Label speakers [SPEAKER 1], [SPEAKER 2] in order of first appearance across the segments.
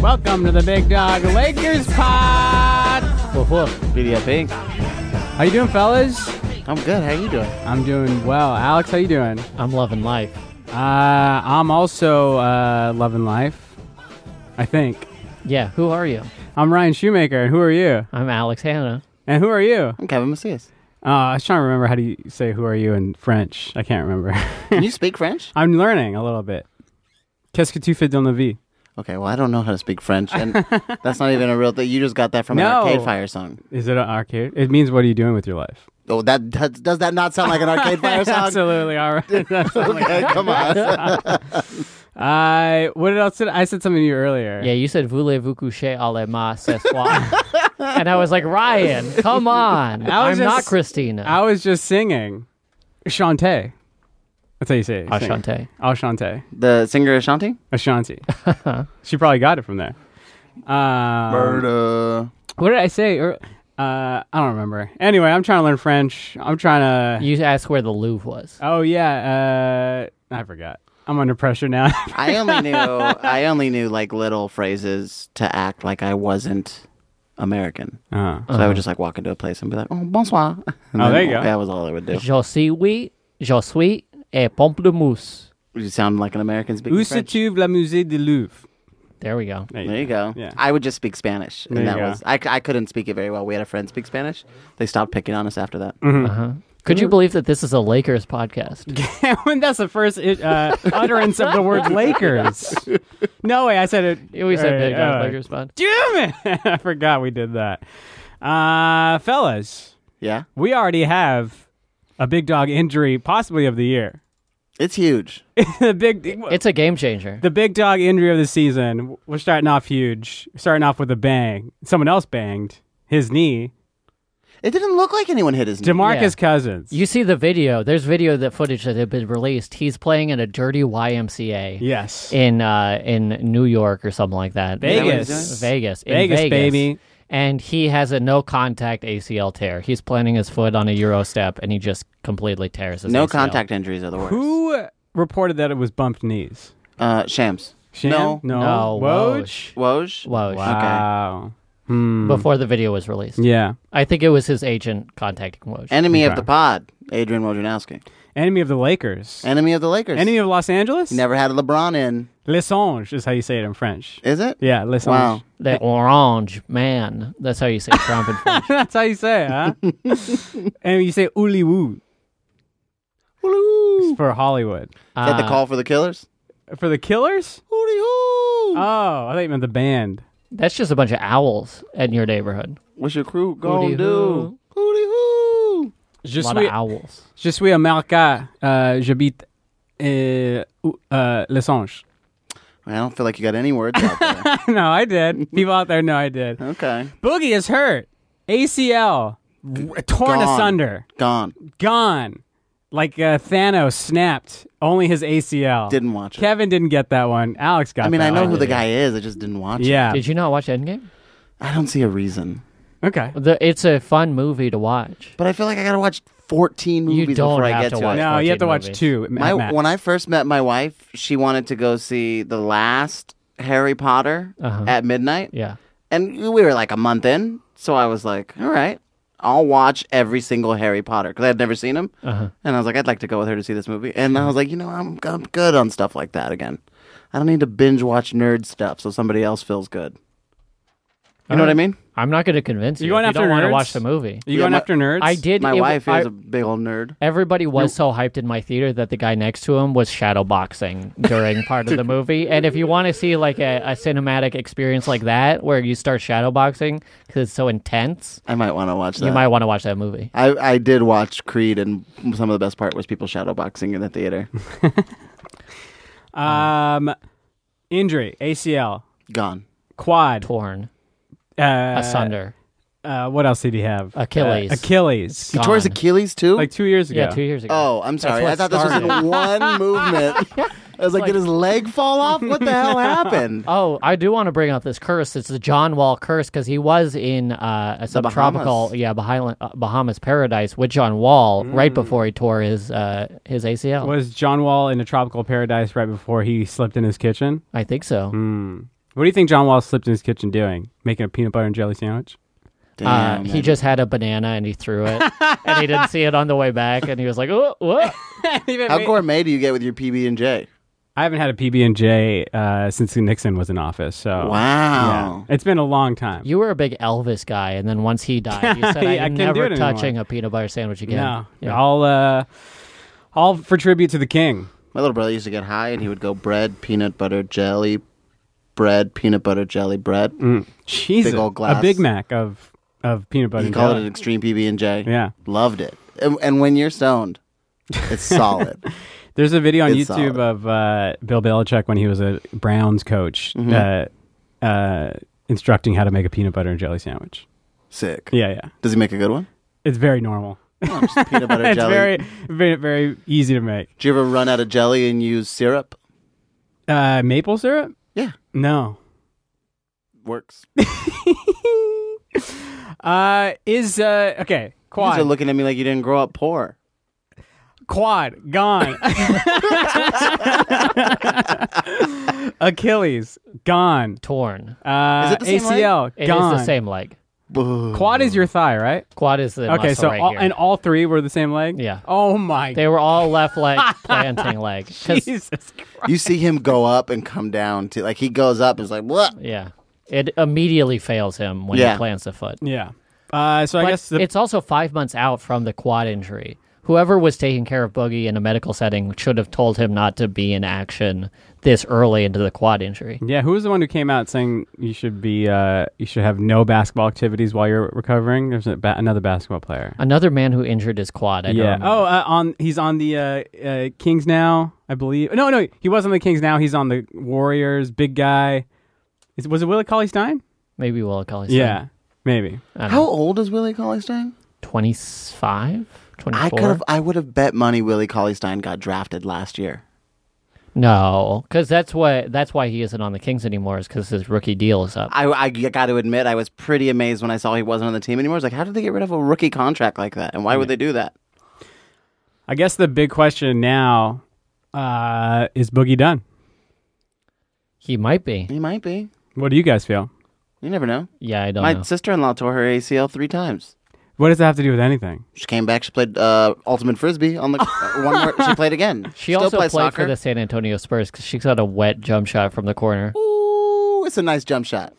[SPEAKER 1] Welcome to the Big Dog Lakers Pod. Woof woof.
[SPEAKER 2] Video Pink.
[SPEAKER 1] How you doing, fellas?
[SPEAKER 2] I'm good. How you doing?
[SPEAKER 1] I'm doing well. Alex, how you doing?
[SPEAKER 3] I'm loving life.
[SPEAKER 1] Uh, I'm also uh, loving life. I think.
[SPEAKER 3] Yeah, who are you?
[SPEAKER 1] I'm Ryan Shoemaker, and who are you?
[SPEAKER 3] I'm Alex Hanna.
[SPEAKER 1] And who are you?
[SPEAKER 2] I'm Kevin Macias.
[SPEAKER 1] Uh, I was trying to remember how do you say "Who are you" in French. I can't remember.
[SPEAKER 2] Can you speak French?
[SPEAKER 1] I'm learning a little bit. Qu'est-ce que tu fais dans la vie?
[SPEAKER 2] Okay, well, I don't know how to speak French, and that's not even a real thing. You just got that from an
[SPEAKER 1] No.
[SPEAKER 2] Arcade Fire song.
[SPEAKER 1] Is it an arcade? It means what are you doing with your life?
[SPEAKER 2] Oh, that, that does that not sound like an Arcade Fire song?
[SPEAKER 1] Absolutely. All right. That's-
[SPEAKER 2] okay, come on.
[SPEAKER 1] I what else did I I said something to you earlier?
[SPEAKER 3] Yeah, you said voulez-vous coucher à la ma ce soir? and I was like, Ryan, come on.
[SPEAKER 1] I
[SPEAKER 3] I'm
[SPEAKER 1] was
[SPEAKER 3] not
[SPEAKER 1] just-
[SPEAKER 3] Christina.
[SPEAKER 1] I was just singing. Shante. That's how you say it.
[SPEAKER 3] Ah,
[SPEAKER 1] sing.
[SPEAKER 3] Shante.
[SPEAKER 1] Ashante.
[SPEAKER 2] the singer Ashanti.
[SPEAKER 1] Ashanti. she probably got it from there. Um,
[SPEAKER 2] Murder.
[SPEAKER 1] What did I say? Or, uh, I don't remember. Anyway, I'm trying to learn French. I'm trying to.
[SPEAKER 3] You asked where the Louvre was.
[SPEAKER 1] Oh, yeah. Uh, I forgot. I'm under pressure now.
[SPEAKER 2] I only knew I only knew like little phrases to act like I wasn't American.
[SPEAKER 1] uh,
[SPEAKER 2] So
[SPEAKER 3] Uh-huh.
[SPEAKER 2] I would just like walk into a place and be like, "Oh, bonsoir." And
[SPEAKER 1] Oh, there you go.
[SPEAKER 2] That was all I would do.
[SPEAKER 3] Je suis, oui, je suis et pamplemousse.
[SPEAKER 2] You sound like an American speaking
[SPEAKER 1] Où se
[SPEAKER 2] French.
[SPEAKER 1] trouve la musée du Louvre?
[SPEAKER 3] There we go.
[SPEAKER 2] There you go.
[SPEAKER 1] Yeah.
[SPEAKER 2] I would just speak Spanish, and
[SPEAKER 1] There you
[SPEAKER 2] that
[SPEAKER 1] go.
[SPEAKER 2] was I, c- I. couldn't speak it very well. We had a friend speak Spanish. They stopped picking on us after that.
[SPEAKER 1] Mm-hmm.
[SPEAKER 3] Uh-huh. Could
[SPEAKER 1] Hmm.
[SPEAKER 3] you believe that this is a Lakers podcast?
[SPEAKER 1] when that's the first uh, utterance of the word Lakers. No way, I said it.
[SPEAKER 3] You always said
[SPEAKER 1] All right,
[SPEAKER 3] Big Dog
[SPEAKER 1] all right.
[SPEAKER 3] Lakers pod.
[SPEAKER 1] Damn it! I forgot we did that. Uh, fellas,
[SPEAKER 2] Yeah,
[SPEAKER 1] we already have a big dog injury, possibly of the year.
[SPEAKER 2] it's huge.
[SPEAKER 1] the big,
[SPEAKER 3] It's a game changer.
[SPEAKER 1] the big dog injury of the season. We're starting off huge. Starting off with a bang. Someone else banged his knee.
[SPEAKER 2] It didn't look like anyone hit his knee.
[SPEAKER 1] Demarcus
[SPEAKER 3] Yeah.
[SPEAKER 1] Cousins.
[SPEAKER 3] You see the video. There's video that footage that had been released. He's playing in a dirty YMCA.
[SPEAKER 1] yes.
[SPEAKER 3] in uh in New York or something like that.
[SPEAKER 1] Vegas.
[SPEAKER 3] That was- Vegas. in
[SPEAKER 1] Vegas,
[SPEAKER 3] Vegas,
[SPEAKER 1] baby.
[SPEAKER 3] And he has a no contact ACL tear. He's planting his foot on a Euro step and he just completely tears his
[SPEAKER 2] No
[SPEAKER 3] ACL.
[SPEAKER 2] contact injuries are the worst.
[SPEAKER 1] Who reported that it was bumped knees?
[SPEAKER 2] Uh, Shams.
[SPEAKER 1] Sham?
[SPEAKER 2] No.
[SPEAKER 1] No.
[SPEAKER 3] No,
[SPEAKER 1] Woj?
[SPEAKER 3] Woj.
[SPEAKER 2] Woj.
[SPEAKER 3] Woj.
[SPEAKER 1] Wow. Hmm.
[SPEAKER 3] Before the video was released.
[SPEAKER 1] Yeah.
[SPEAKER 3] I think it was his agent contacting Woj.
[SPEAKER 2] Enemy of
[SPEAKER 1] Okay.
[SPEAKER 2] the pod. Adrian Wojnarowski.
[SPEAKER 1] Enemy of the Lakers.
[SPEAKER 2] Enemy of the Lakers.
[SPEAKER 1] Enemy of Los Angeles?
[SPEAKER 2] Never had LeBron in.
[SPEAKER 1] Lesange is how you say it in French.
[SPEAKER 2] Is it?
[SPEAKER 1] Yeah, Lesange.
[SPEAKER 2] Wow.
[SPEAKER 3] the orange man. That's how you say Trump in French.
[SPEAKER 1] That's how you say it, huh? and you say Uli Woo
[SPEAKER 2] Is
[SPEAKER 1] for Hollywood.
[SPEAKER 2] that the
[SPEAKER 3] Uh,
[SPEAKER 2] call for the killers? Uh,
[SPEAKER 1] For the Killers?
[SPEAKER 2] Hootie hoo!
[SPEAKER 1] Oh, I thought you meant the band.
[SPEAKER 3] That's just a bunch of owls in your neighborhood.
[SPEAKER 2] What's your crew gonna
[SPEAKER 3] Hootie
[SPEAKER 2] do? Hootie hoo!
[SPEAKER 1] Je
[SPEAKER 3] a lot
[SPEAKER 1] suis,
[SPEAKER 3] of owls.
[SPEAKER 1] je suis America. Uh, J'habite uh, uh, Lesange.
[SPEAKER 2] I don't feel like you got any words out there.
[SPEAKER 1] no, I did. People out there know I did.
[SPEAKER 2] okay.
[SPEAKER 1] Boogie is hurt. ACL. w- torn
[SPEAKER 2] Gone.
[SPEAKER 1] asunder.
[SPEAKER 2] Gone.
[SPEAKER 1] Gone. Like uh, Thanos snapped only his ACL.
[SPEAKER 2] Didn't watch it.
[SPEAKER 1] Kevin didn't get that one. Alex got
[SPEAKER 2] I mean,
[SPEAKER 1] that
[SPEAKER 2] I know
[SPEAKER 1] one.
[SPEAKER 2] who the guy is. I just didn't watch it.
[SPEAKER 1] Yeah.
[SPEAKER 3] Did you not watch Endgame?
[SPEAKER 2] I don't see a reason.
[SPEAKER 1] Okay.
[SPEAKER 3] The, it's a fun movie to watch.
[SPEAKER 2] But I feel like I gotta watch 14 movies
[SPEAKER 3] don't
[SPEAKER 2] before I
[SPEAKER 3] have
[SPEAKER 2] get
[SPEAKER 3] to
[SPEAKER 2] to,
[SPEAKER 3] watch
[SPEAKER 2] it.
[SPEAKER 1] No, you have to
[SPEAKER 3] 14
[SPEAKER 1] watch
[SPEAKER 3] movies.
[SPEAKER 1] two.
[SPEAKER 2] My,
[SPEAKER 1] Matt.
[SPEAKER 2] when I first met my wife, she wanted to go see the last Harry Potter at midnight.
[SPEAKER 3] Uh-huh. Yeah.
[SPEAKER 2] And we were like a month in. So I was like, all right, I'll watch every single Harry Potter because I had never seen him.
[SPEAKER 3] Uh-huh.
[SPEAKER 2] And I was like, I'd like to go with her to see this movie. And I was like, you know, I'm, I'm good on stuff like that again. I don't need to binge watch nerd stuff so somebody else feels good. You know what I mean?
[SPEAKER 3] I'm not going to convince you.
[SPEAKER 1] You going
[SPEAKER 3] if
[SPEAKER 1] after
[SPEAKER 3] you don't want
[SPEAKER 1] nerds?
[SPEAKER 3] to watch the movie.
[SPEAKER 1] you
[SPEAKER 2] Yeah,
[SPEAKER 1] going
[SPEAKER 2] my-
[SPEAKER 1] after nerds?
[SPEAKER 3] I did.
[SPEAKER 2] My
[SPEAKER 3] it-
[SPEAKER 2] wife
[SPEAKER 3] I-
[SPEAKER 2] is a big old nerd.
[SPEAKER 3] everybody was so hyped in my theater that the guy next to him was shadowboxing during part of the movie. And if you want to see like a, a cinematic experience like that, where you start shadowboxing because it's so intense,
[SPEAKER 2] I might want to watch that.
[SPEAKER 3] you might want to watch that movie.
[SPEAKER 2] I, I did watch Creed, and some of the best part was people shadowboxing in the theater.
[SPEAKER 1] Um, injury, ACL,
[SPEAKER 2] Gone.
[SPEAKER 1] quad,
[SPEAKER 3] Torn
[SPEAKER 1] uh,
[SPEAKER 3] asunder.
[SPEAKER 1] Uh, what else did he have?
[SPEAKER 3] Achilles.
[SPEAKER 1] Uh, Achilles.
[SPEAKER 2] He tore his
[SPEAKER 3] Gone.
[SPEAKER 2] Achilles too.
[SPEAKER 1] Like two years ago.
[SPEAKER 3] Yeah, two years ago.
[SPEAKER 2] oh, I'm sorry.
[SPEAKER 3] what
[SPEAKER 2] I thought this was in
[SPEAKER 3] started.
[SPEAKER 2] one movement. I was like, did his leg fall off? What the hell happened?
[SPEAKER 3] Oh, I do want to bring up this curse. It's the John Wall curse because he was in uh, a subtropical,
[SPEAKER 2] Bahamas.
[SPEAKER 3] yeah, Bahil- uh, Bahamas paradise with John Wall right before he tore his uh, his ACL.
[SPEAKER 1] Was John Wall in a tropical paradise right before he slipped in his kitchen? Hmm.
[SPEAKER 3] I think so.
[SPEAKER 1] What do you think John Wall slipped in his kitchen doing? Making a peanut butter and jelly sandwich?
[SPEAKER 3] Uh,
[SPEAKER 2] Damn,
[SPEAKER 3] he
[SPEAKER 2] man.
[SPEAKER 3] just had a banana and he threw it, and he didn't see it on the way back, and he was like, "Oh, what?"
[SPEAKER 2] How gourmet do you get with your PB and J?
[SPEAKER 1] I haven't had a PB and J uh, since Nixon was in office.
[SPEAKER 3] Oh,
[SPEAKER 1] So
[SPEAKER 2] Wow.
[SPEAKER 1] it's been a long time.
[SPEAKER 3] You were a big Elvis guy, and then once he died, you said,
[SPEAKER 1] Yeah, I couldn't
[SPEAKER 3] "I'm
[SPEAKER 1] do
[SPEAKER 3] never
[SPEAKER 1] it anymore."
[SPEAKER 3] touching a peanut butter sandwich again."
[SPEAKER 1] No,
[SPEAKER 3] Yeah.
[SPEAKER 1] all uh, all for tribute to the king.
[SPEAKER 2] My little brother used to get high and he would go bread, peanut butter, jelly, bread, peanut butter, jelly, bread.
[SPEAKER 3] Mm,
[SPEAKER 1] Jesus,
[SPEAKER 2] old glass.
[SPEAKER 1] a Big Mac of of peanut butter.
[SPEAKER 2] He
[SPEAKER 1] and
[SPEAKER 2] called it
[SPEAKER 1] jelly.
[SPEAKER 2] an extreme PB and J.
[SPEAKER 1] Yeah.
[SPEAKER 2] Loved it. And, and when you're stoned, it's solid.
[SPEAKER 1] There's a video on
[SPEAKER 2] It's
[SPEAKER 1] YouTube
[SPEAKER 2] solid.
[SPEAKER 1] of uh, Bill Belichick when he was a Browns coach
[SPEAKER 2] Mm-hmm.
[SPEAKER 1] uh, uh, instructing how to make a peanut butter and jelly sandwich.
[SPEAKER 2] Sick.
[SPEAKER 1] Yeah, yeah,
[SPEAKER 2] Does he make a good one?
[SPEAKER 1] it's very normal.
[SPEAKER 2] No, just peanut butter
[SPEAKER 1] it's
[SPEAKER 2] jelly.
[SPEAKER 1] very, very, very easy to make.
[SPEAKER 2] Do you ever run out of jelly and use syrup?
[SPEAKER 1] Uh, maple syrup?
[SPEAKER 2] Yeah,
[SPEAKER 1] No.
[SPEAKER 2] works.
[SPEAKER 1] Uh, is uh okay.
[SPEAKER 2] You guys are
[SPEAKER 1] Quad,
[SPEAKER 2] looking at me like you didn't grow up poor.
[SPEAKER 1] quad, gone. Achilles, gone.
[SPEAKER 3] torn.
[SPEAKER 1] Uh,
[SPEAKER 2] Is it the same leg?
[SPEAKER 1] ACL,
[SPEAKER 3] It is
[SPEAKER 1] gone.
[SPEAKER 3] the same leg.
[SPEAKER 2] Boo.
[SPEAKER 1] Quad is your thigh, right?
[SPEAKER 3] Quad is the
[SPEAKER 1] okay,
[SPEAKER 3] muscle
[SPEAKER 1] so
[SPEAKER 3] right
[SPEAKER 1] all,
[SPEAKER 3] here.
[SPEAKER 1] and all three were the same leg.
[SPEAKER 3] Yeah.
[SPEAKER 1] Oh my.
[SPEAKER 3] they were all left leg, planting leg. 'Cause-
[SPEAKER 1] Jesus Christ.
[SPEAKER 2] You see him go up and come down to like he goes up and is like what?
[SPEAKER 3] Yeah, it immediately fails him when
[SPEAKER 2] Yeah.
[SPEAKER 3] he plants the foot.
[SPEAKER 1] Yeah. Uh, so I
[SPEAKER 3] But
[SPEAKER 1] guess the,
[SPEAKER 3] it's also five months out from the quad injury. Whoever was taking care of Boogie in a medical setting should have told him not to be in action this early into the quad injury.
[SPEAKER 1] yeah, who was the one who came out saying you should be uh, you should have no basketball activities while you're recovering? There's a ba- another basketball player.
[SPEAKER 3] Another man who injured his quad. I don't
[SPEAKER 1] Yeah.
[SPEAKER 3] remember.
[SPEAKER 1] Oh, uh, on he's on the uh, uh, Kings now, I believe. No, no, he was on the Kings now. He's on the Warriors. Big guy. Is, was it Willie Cauley Stein?
[SPEAKER 3] maybe Willa Colley.
[SPEAKER 1] Yeah, maybe.
[SPEAKER 2] How old is Willie Cauley Stein?
[SPEAKER 3] 25,
[SPEAKER 2] I
[SPEAKER 3] 24.
[SPEAKER 2] could have I would have bet money Willie Cauley Stein got drafted last year.
[SPEAKER 3] No, because that's what that's why he isn't on the Kings anymore. Is because his rookie deal is up.
[SPEAKER 2] I, I got to admit, I was pretty amazed when I saw he wasn't on the team anymore. I was like, how did they get rid of a rookie contract like that? And why would they do that?
[SPEAKER 1] I guess the big question now uh, is Boogie done.
[SPEAKER 3] He might be.
[SPEAKER 2] He might be.
[SPEAKER 1] What do you guys feel?
[SPEAKER 2] You never know.
[SPEAKER 3] Yeah, I don't
[SPEAKER 2] My
[SPEAKER 3] know.
[SPEAKER 2] sister in law tore her ACL three times.
[SPEAKER 1] What does that have to do with anything?
[SPEAKER 2] She came back. She played uh, ultimate frisbee on the uh, one. More, she played again.
[SPEAKER 3] She
[SPEAKER 2] Still
[SPEAKER 3] also
[SPEAKER 2] plays
[SPEAKER 3] played
[SPEAKER 2] soccer.
[SPEAKER 3] for the San Antonio Spurs because she got a wet jump shot from the corner.
[SPEAKER 2] Ooh, it's a nice jump shot.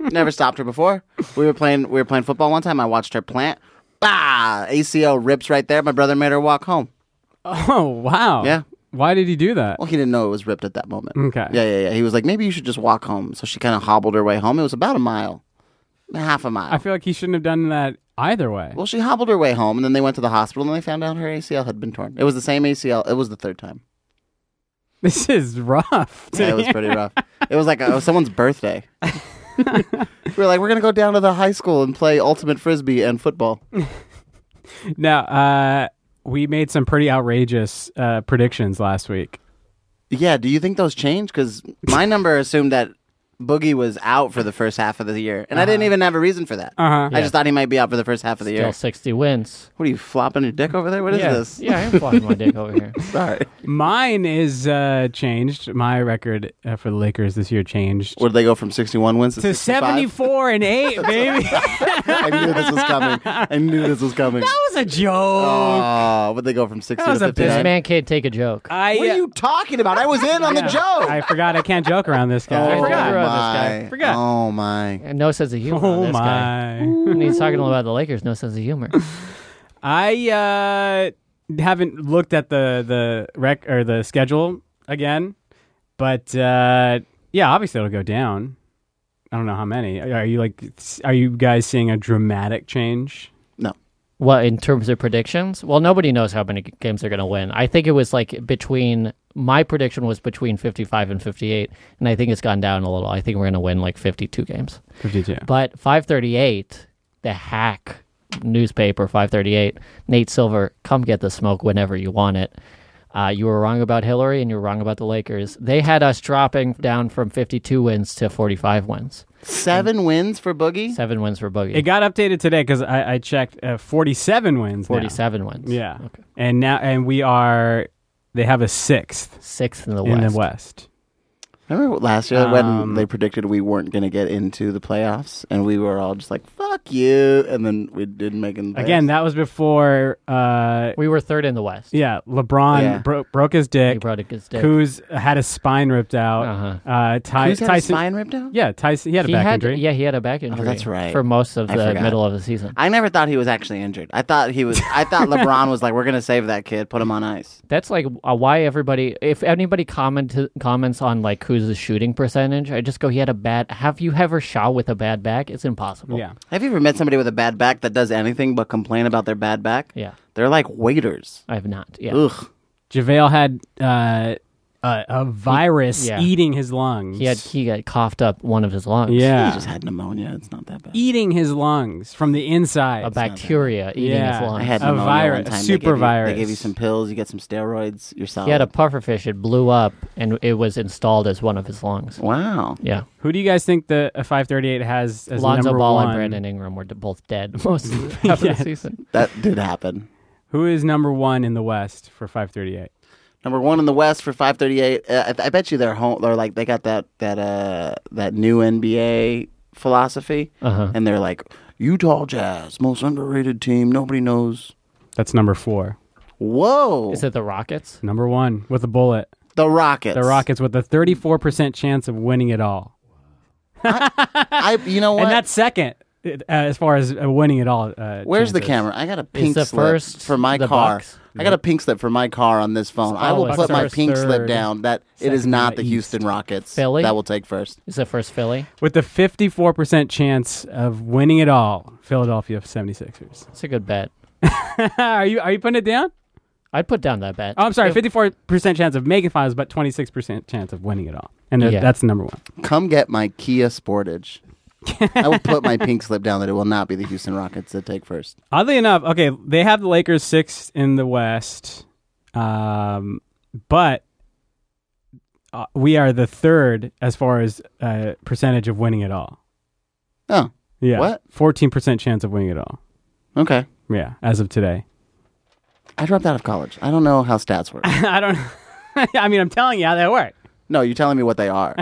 [SPEAKER 2] Never stopped her before. We were playing. We were playing football one time. I watched her plant. Bah! ACL rips right there. My brother made her walk home.
[SPEAKER 1] Oh wow.
[SPEAKER 2] Yeah.
[SPEAKER 1] Why did he do that?
[SPEAKER 2] Well, he didn't know it was ripped at that moment.
[SPEAKER 1] Okay.
[SPEAKER 2] Yeah, yeah, yeah. He was like, maybe you should just walk home. So she kind of hobbled her way home. It was about a mile, half a mile.
[SPEAKER 1] I feel like he shouldn't have done that either way.
[SPEAKER 2] well, she hobbled her way home, and then they went to the hospital, and they found out her ACL had been torn. It was the same ACL. It was the third time.
[SPEAKER 1] This is rough.
[SPEAKER 2] Yeah, it was pretty rough. It was like uh someone's birthday. we were like, we're gonna go down to the high school and play ultimate frisbee and football.
[SPEAKER 1] Now, uh, we made some pretty outrageous uh, predictions last week.
[SPEAKER 2] Yeah. Do you think those change? Because my number assumed that Boogie was out for the first half of the year, and I didn't even have a reason for that.
[SPEAKER 1] Uh-huh.
[SPEAKER 2] I just thought he might be out for the first half of the
[SPEAKER 3] Still
[SPEAKER 2] year.
[SPEAKER 3] sixty wins.
[SPEAKER 2] What are you flopping your dick over there? What is
[SPEAKER 3] yeah,
[SPEAKER 2] this?
[SPEAKER 3] yeah, I am flopping my dick over here.
[SPEAKER 2] Sorry.
[SPEAKER 1] Mine is uh, changed. My record uh, for the Lakers this year changed
[SPEAKER 2] Where did they go from 61 wins to,
[SPEAKER 1] to
[SPEAKER 2] 65?
[SPEAKER 1] seventy-four and eight, baby. that
[SPEAKER 2] I knew this was coming. I knew this was coming.
[SPEAKER 1] was a joke.
[SPEAKER 2] Oh, would they go from 60
[SPEAKER 1] That
[SPEAKER 2] to
[SPEAKER 1] was a
[SPEAKER 2] 59?
[SPEAKER 1] Yeah.
[SPEAKER 3] This man can't take a joke.
[SPEAKER 1] I,
[SPEAKER 2] What are you talking about? I was in on the
[SPEAKER 1] yeah.
[SPEAKER 2] joke.
[SPEAKER 1] I forgot. I can't joke around this guy. I forgot.
[SPEAKER 2] oh
[SPEAKER 3] Forgot about this
[SPEAKER 2] my.
[SPEAKER 3] guy.
[SPEAKER 1] Forgot.
[SPEAKER 2] Oh my.
[SPEAKER 3] and no sense of humor. on
[SPEAKER 1] Oh
[SPEAKER 3] this guy.
[SPEAKER 1] my!
[SPEAKER 3] When he's talking about the Lakers, no sense of humor.
[SPEAKER 1] I uh, haven't looked at the the rec or the schedule again, but uh, yeah, obviously it'll go down. I don't know how many. Are you like? Are you guys seeing a dramatic change?
[SPEAKER 2] No.
[SPEAKER 3] What in terms of predictions? Well, nobody knows how many games they're going to win. I think it was like between my prediction was between 55 and 58, and I think it's gone down a little. I think we're going to win like 52 games.
[SPEAKER 1] Fifty-two.
[SPEAKER 3] But 538, the hack newspaper 538, Nate Silver, come get the smoke whenever you want it. Uh, you were wrong about Hillary and you were wrong about the Lakers. They had us dropping down from 52 wins to 45 wins.
[SPEAKER 2] Seven wins for Boogie?
[SPEAKER 3] Seven wins for Boogie.
[SPEAKER 1] It got updated today because I, I checked. Uh, Forty-seven wins. now.
[SPEAKER 3] 47 wins.
[SPEAKER 1] Yeah. And now, and we are. They have a sixth
[SPEAKER 3] Sixth in the
[SPEAKER 1] in
[SPEAKER 3] West.
[SPEAKER 1] the West.
[SPEAKER 2] Remember last year when
[SPEAKER 1] Um,
[SPEAKER 2] they predicted we weren't going to get into the playoffs, and we were all just like "fuck you," and then we didn't make it. in the
[SPEAKER 1] Again,
[SPEAKER 2] playoffs?
[SPEAKER 1] that was before. Uh,
[SPEAKER 3] We were third in the West.
[SPEAKER 1] yeah, LeBron
[SPEAKER 2] Yeah.
[SPEAKER 1] Bro- broke his
[SPEAKER 3] He
[SPEAKER 1] dick.
[SPEAKER 3] brought a good stick.
[SPEAKER 1] Kuz had his spine ripped out.
[SPEAKER 3] Uh-huh.
[SPEAKER 1] Uh, Ty-
[SPEAKER 2] Who's had his
[SPEAKER 1] Tyson.
[SPEAKER 2] spine ripped out?
[SPEAKER 1] Yeah, Tyson. He had a
[SPEAKER 3] He
[SPEAKER 1] back
[SPEAKER 3] had,
[SPEAKER 1] injury.
[SPEAKER 3] Yeah, he had a back injury.
[SPEAKER 2] Oh, that's right.
[SPEAKER 3] For most of
[SPEAKER 2] I
[SPEAKER 3] the
[SPEAKER 2] forgot.
[SPEAKER 3] middle of the season.
[SPEAKER 2] I never thought he was actually injured. I thought he was. I thought LeBron was like, "We're going to save that kid, put him on ice."
[SPEAKER 3] That's like uh, why everybody. If anybody comment comments on like Kuz's shooting percentage, I just go. He had a bad. Have you ever shot with a bad back? It's impossible.
[SPEAKER 1] Yeah.
[SPEAKER 2] Have you ever met somebody with a bad back that does anything but complain about their bad back?
[SPEAKER 3] Yeah.
[SPEAKER 2] They're like waiters.
[SPEAKER 3] I have not. Yeah.
[SPEAKER 2] Ugh.
[SPEAKER 1] JaVale had uh, a, a virus
[SPEAKER 3] yeah.
[SPEAKER 1] eating his lungs.
[SPEAKER 3] He had he got coughed up one of his lungs.
[SPEAKER 2] He
[SPEAKER 1] yeah.
[SPEAKER 2] just had pneumonia. It's not that bad.
[SPEAKER 1] eating his lungs from the inside.
[SPEAKER 3] A bacteria eating
[SPEAKER 1] Yeah.
[SPEAKER 3] his lungs.
[SPEAKER 2] I had
[SPEAKER 1] A
[SPEAKER 2] pneumonia
[SPEAKER 1] virus,
[SPEAKER 2] One time.
[SPEAKER 1] super
[SPEAKER 2] they gave you-
[SPEAKER 1] virus.
[SPEAKER 2] They gave you some pills. You get some steroids. You're solid.
[SPEAKER 3] he had a pufferfish. It blew up, and it was installed as one of his lungs.
[SPEAKER 2] wow.
[SPEAKER 3] Yeah.
[SPEAKER 1] Who do you guys think the uh, 538 has as
[SPEAKER 3] Lonzo
[SPEAKER 1] number
[SPEAKER 3] Ball
[SPEAKER 1] one?
[SPEAKER 3] and Brandon Ingram were d- both dead most of the, half of
[SPEAKER 1] Yes.
[SPEAKER 3] the season.
[SPEAKER 2] That did happen.
[SPEAKER 1] Who is number one in the West for 538?
[SPEAKER 2] Number one in the West for 538. Uh, I, I bet you they're home. They're like they got that that uh that new NBA philosophy,
[SPEAKER 3] Uh-huh.
[SPEAKER 2] and they're like Utah Jazz, most underrated team. Nobody knows.
[SPEAKER 1] That's number four.
[SPEAKER 2] Whoa,
[SPEAKER 3] Is it the Rockets?
[SPEAKER 1] Number one with a bullet.
[SPEAKER 2] the Rockets.
[SPEAKER 1] The Rockets with a 34% chance of winning it all.
[SPEAKER 2] I, you know what?
[SPEAKER 1] And that's second uh, as far as uh, winning it all. Uh,
[SPEAKER 2] Where's the
[SPEAKER 1] chances.
[SPEAKER 2] camera? I got a pink
[SPEAKER 3] the
[SPEAKER 2] slip
[SPEAKER 3] first
[SPEAKER 2] for my
[SPEAKER 3] the
[SPEAKER 2] car.
[SPEAKER 3] Bucks?
[SPEAKER 2] I got a pink slip for my car on this phone. I will
[SPEAKER 3] Bucks
[SPEAKER 2] put
[SPEAKER 3] are
[SPEAKER 2] my pink slip
[SPEAKER 1] third,
[SPEAKER 2] down. That it is
[SPEAKER 1] second
[SPEAKER 2] not
[SPEAKER 1] in
[SPEAKER 2] the
[SPEAKER 1] the
[SPEAKER 2] Houston Rockets.
[SPEAKER 3] Philly?
[SPEAKER 2] That will take first.
[SPEAKER 3] Is it first Philly?
[SPEAKER 1] With a 54% chance of winning it all, Philadelphia 76ers.
[SPEAKER 3] It's a good bet.
[SPEAKER 1] are you are you putting it down?
[SPEAKER 3] I'd put down that bet.
[SPEAKER 1] Oh, I'm sorry,
[SPEAKER 3] If-
[SPEAKER 1] 54% chance of making finals, but 26% chance of winning it all. And
[SPEAKER 3] Yeah.
[SPEAKER 1] that's the number one.
[SPEAKER 2] Come get my Kia Sportage. I will put my pink slip down that it will not be the Houston Rockets that take first.
[SPEAKER 1] Oddly enough, okay, they have the Lakers sixth in the West, um, but uh, we are the third as far as uh, percentage of winning it all.
[SPEAKER 2] Oh,
[SPEAKER 1] Yeah,
[SPEAKER 2] What?
[SPEAKER 1] Fourteen percent chance of winning it all.
[SPEAKER 2] okay.
[SPEAKER 1] Yeah, as of today.
[SPEAKER 2] I dropped out of college. I don't know how stats work.
[SPEAKER 1] I don't. I mean, I'm telling you how that worked.
[SPEAKER 2] No, you're telling me what they are.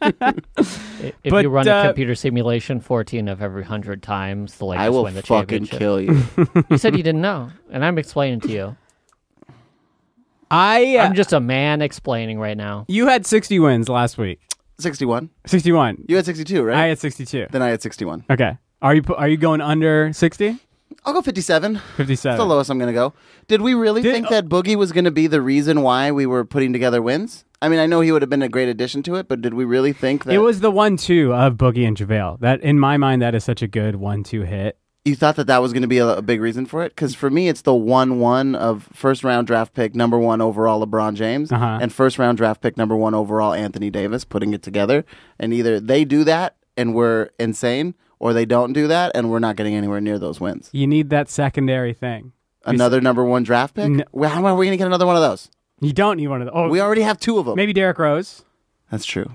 [SPEAKER 3] If, if
[SPEAKER 1] But,
[SPEAKER 3] you run
[SPEAKER 1] uh,
[SPEAKER 3] a computer simulation 14 of every 100 times, the Lakers
[SPEAKER 2] I will
[SPEAKER 3] win the
[SPEAKER 2] fucking
[SPEAKER 3] championship.
[SPEAKER 2] kill you.
[SPEAKER 3] You said you didn't know, and I'm explaining to you.
[SPEAKER 1] I. uh,
[SPEAKER 3] I'm just a man explaining right now.
[SPEAKER 1] you had 60 wins last week.
[SPEAKER 2] 61.
[SPEAKER 1] 61.
[SPEAKER 2] You had 62, right?
[SPEAKER 1] I had 62.
[SPEAKER 2] then I had 61.
[SPEAKER 1] Okay. Are you pu- are you going under 60?
[SPEAKER 2] I'll go 57.
[SPEAKER 1] 57.
[SPEAKER 2] That's the lowest I'm going to go. Did we really
[SPEAKER 1] Did-
[SPEAKER 2] think that Boogie was going to be the reason why we were putting together wins? I mean, I know he would have been a great addition to it, but did we really think that
[SPEAKER 1] It was the one-two of Boogie and JaVale. That, in my mind, that is such a good one-two hit.
[SPEAKER 2] you thought that that was going to be a, a big reason for it? Because for me, it's the one-one of first round draft pick number one overall LeBron James
[SPEAKER 1] Uh-huh.
[SPEAKER 2] and first round draft pick number one overall Anthony Davis putting it together, and either they do that and we're insane, or they don't do that and we're not getting anywhere near those wins.
[SPEAKER 1] You need that secondary thing.
[SPEAKER 2] Another number one draft pick?
[SPEAKER 1] No.
[SPEAKER 2] Well, How are we going to get another one of those?
[SPEAKER 1] You don't need one of those. Oh,
[SPEAKER 2] We already have two of them.
[SPEAKER 1] maybe Derrick Rose.
[SPEAKER 2] That's true.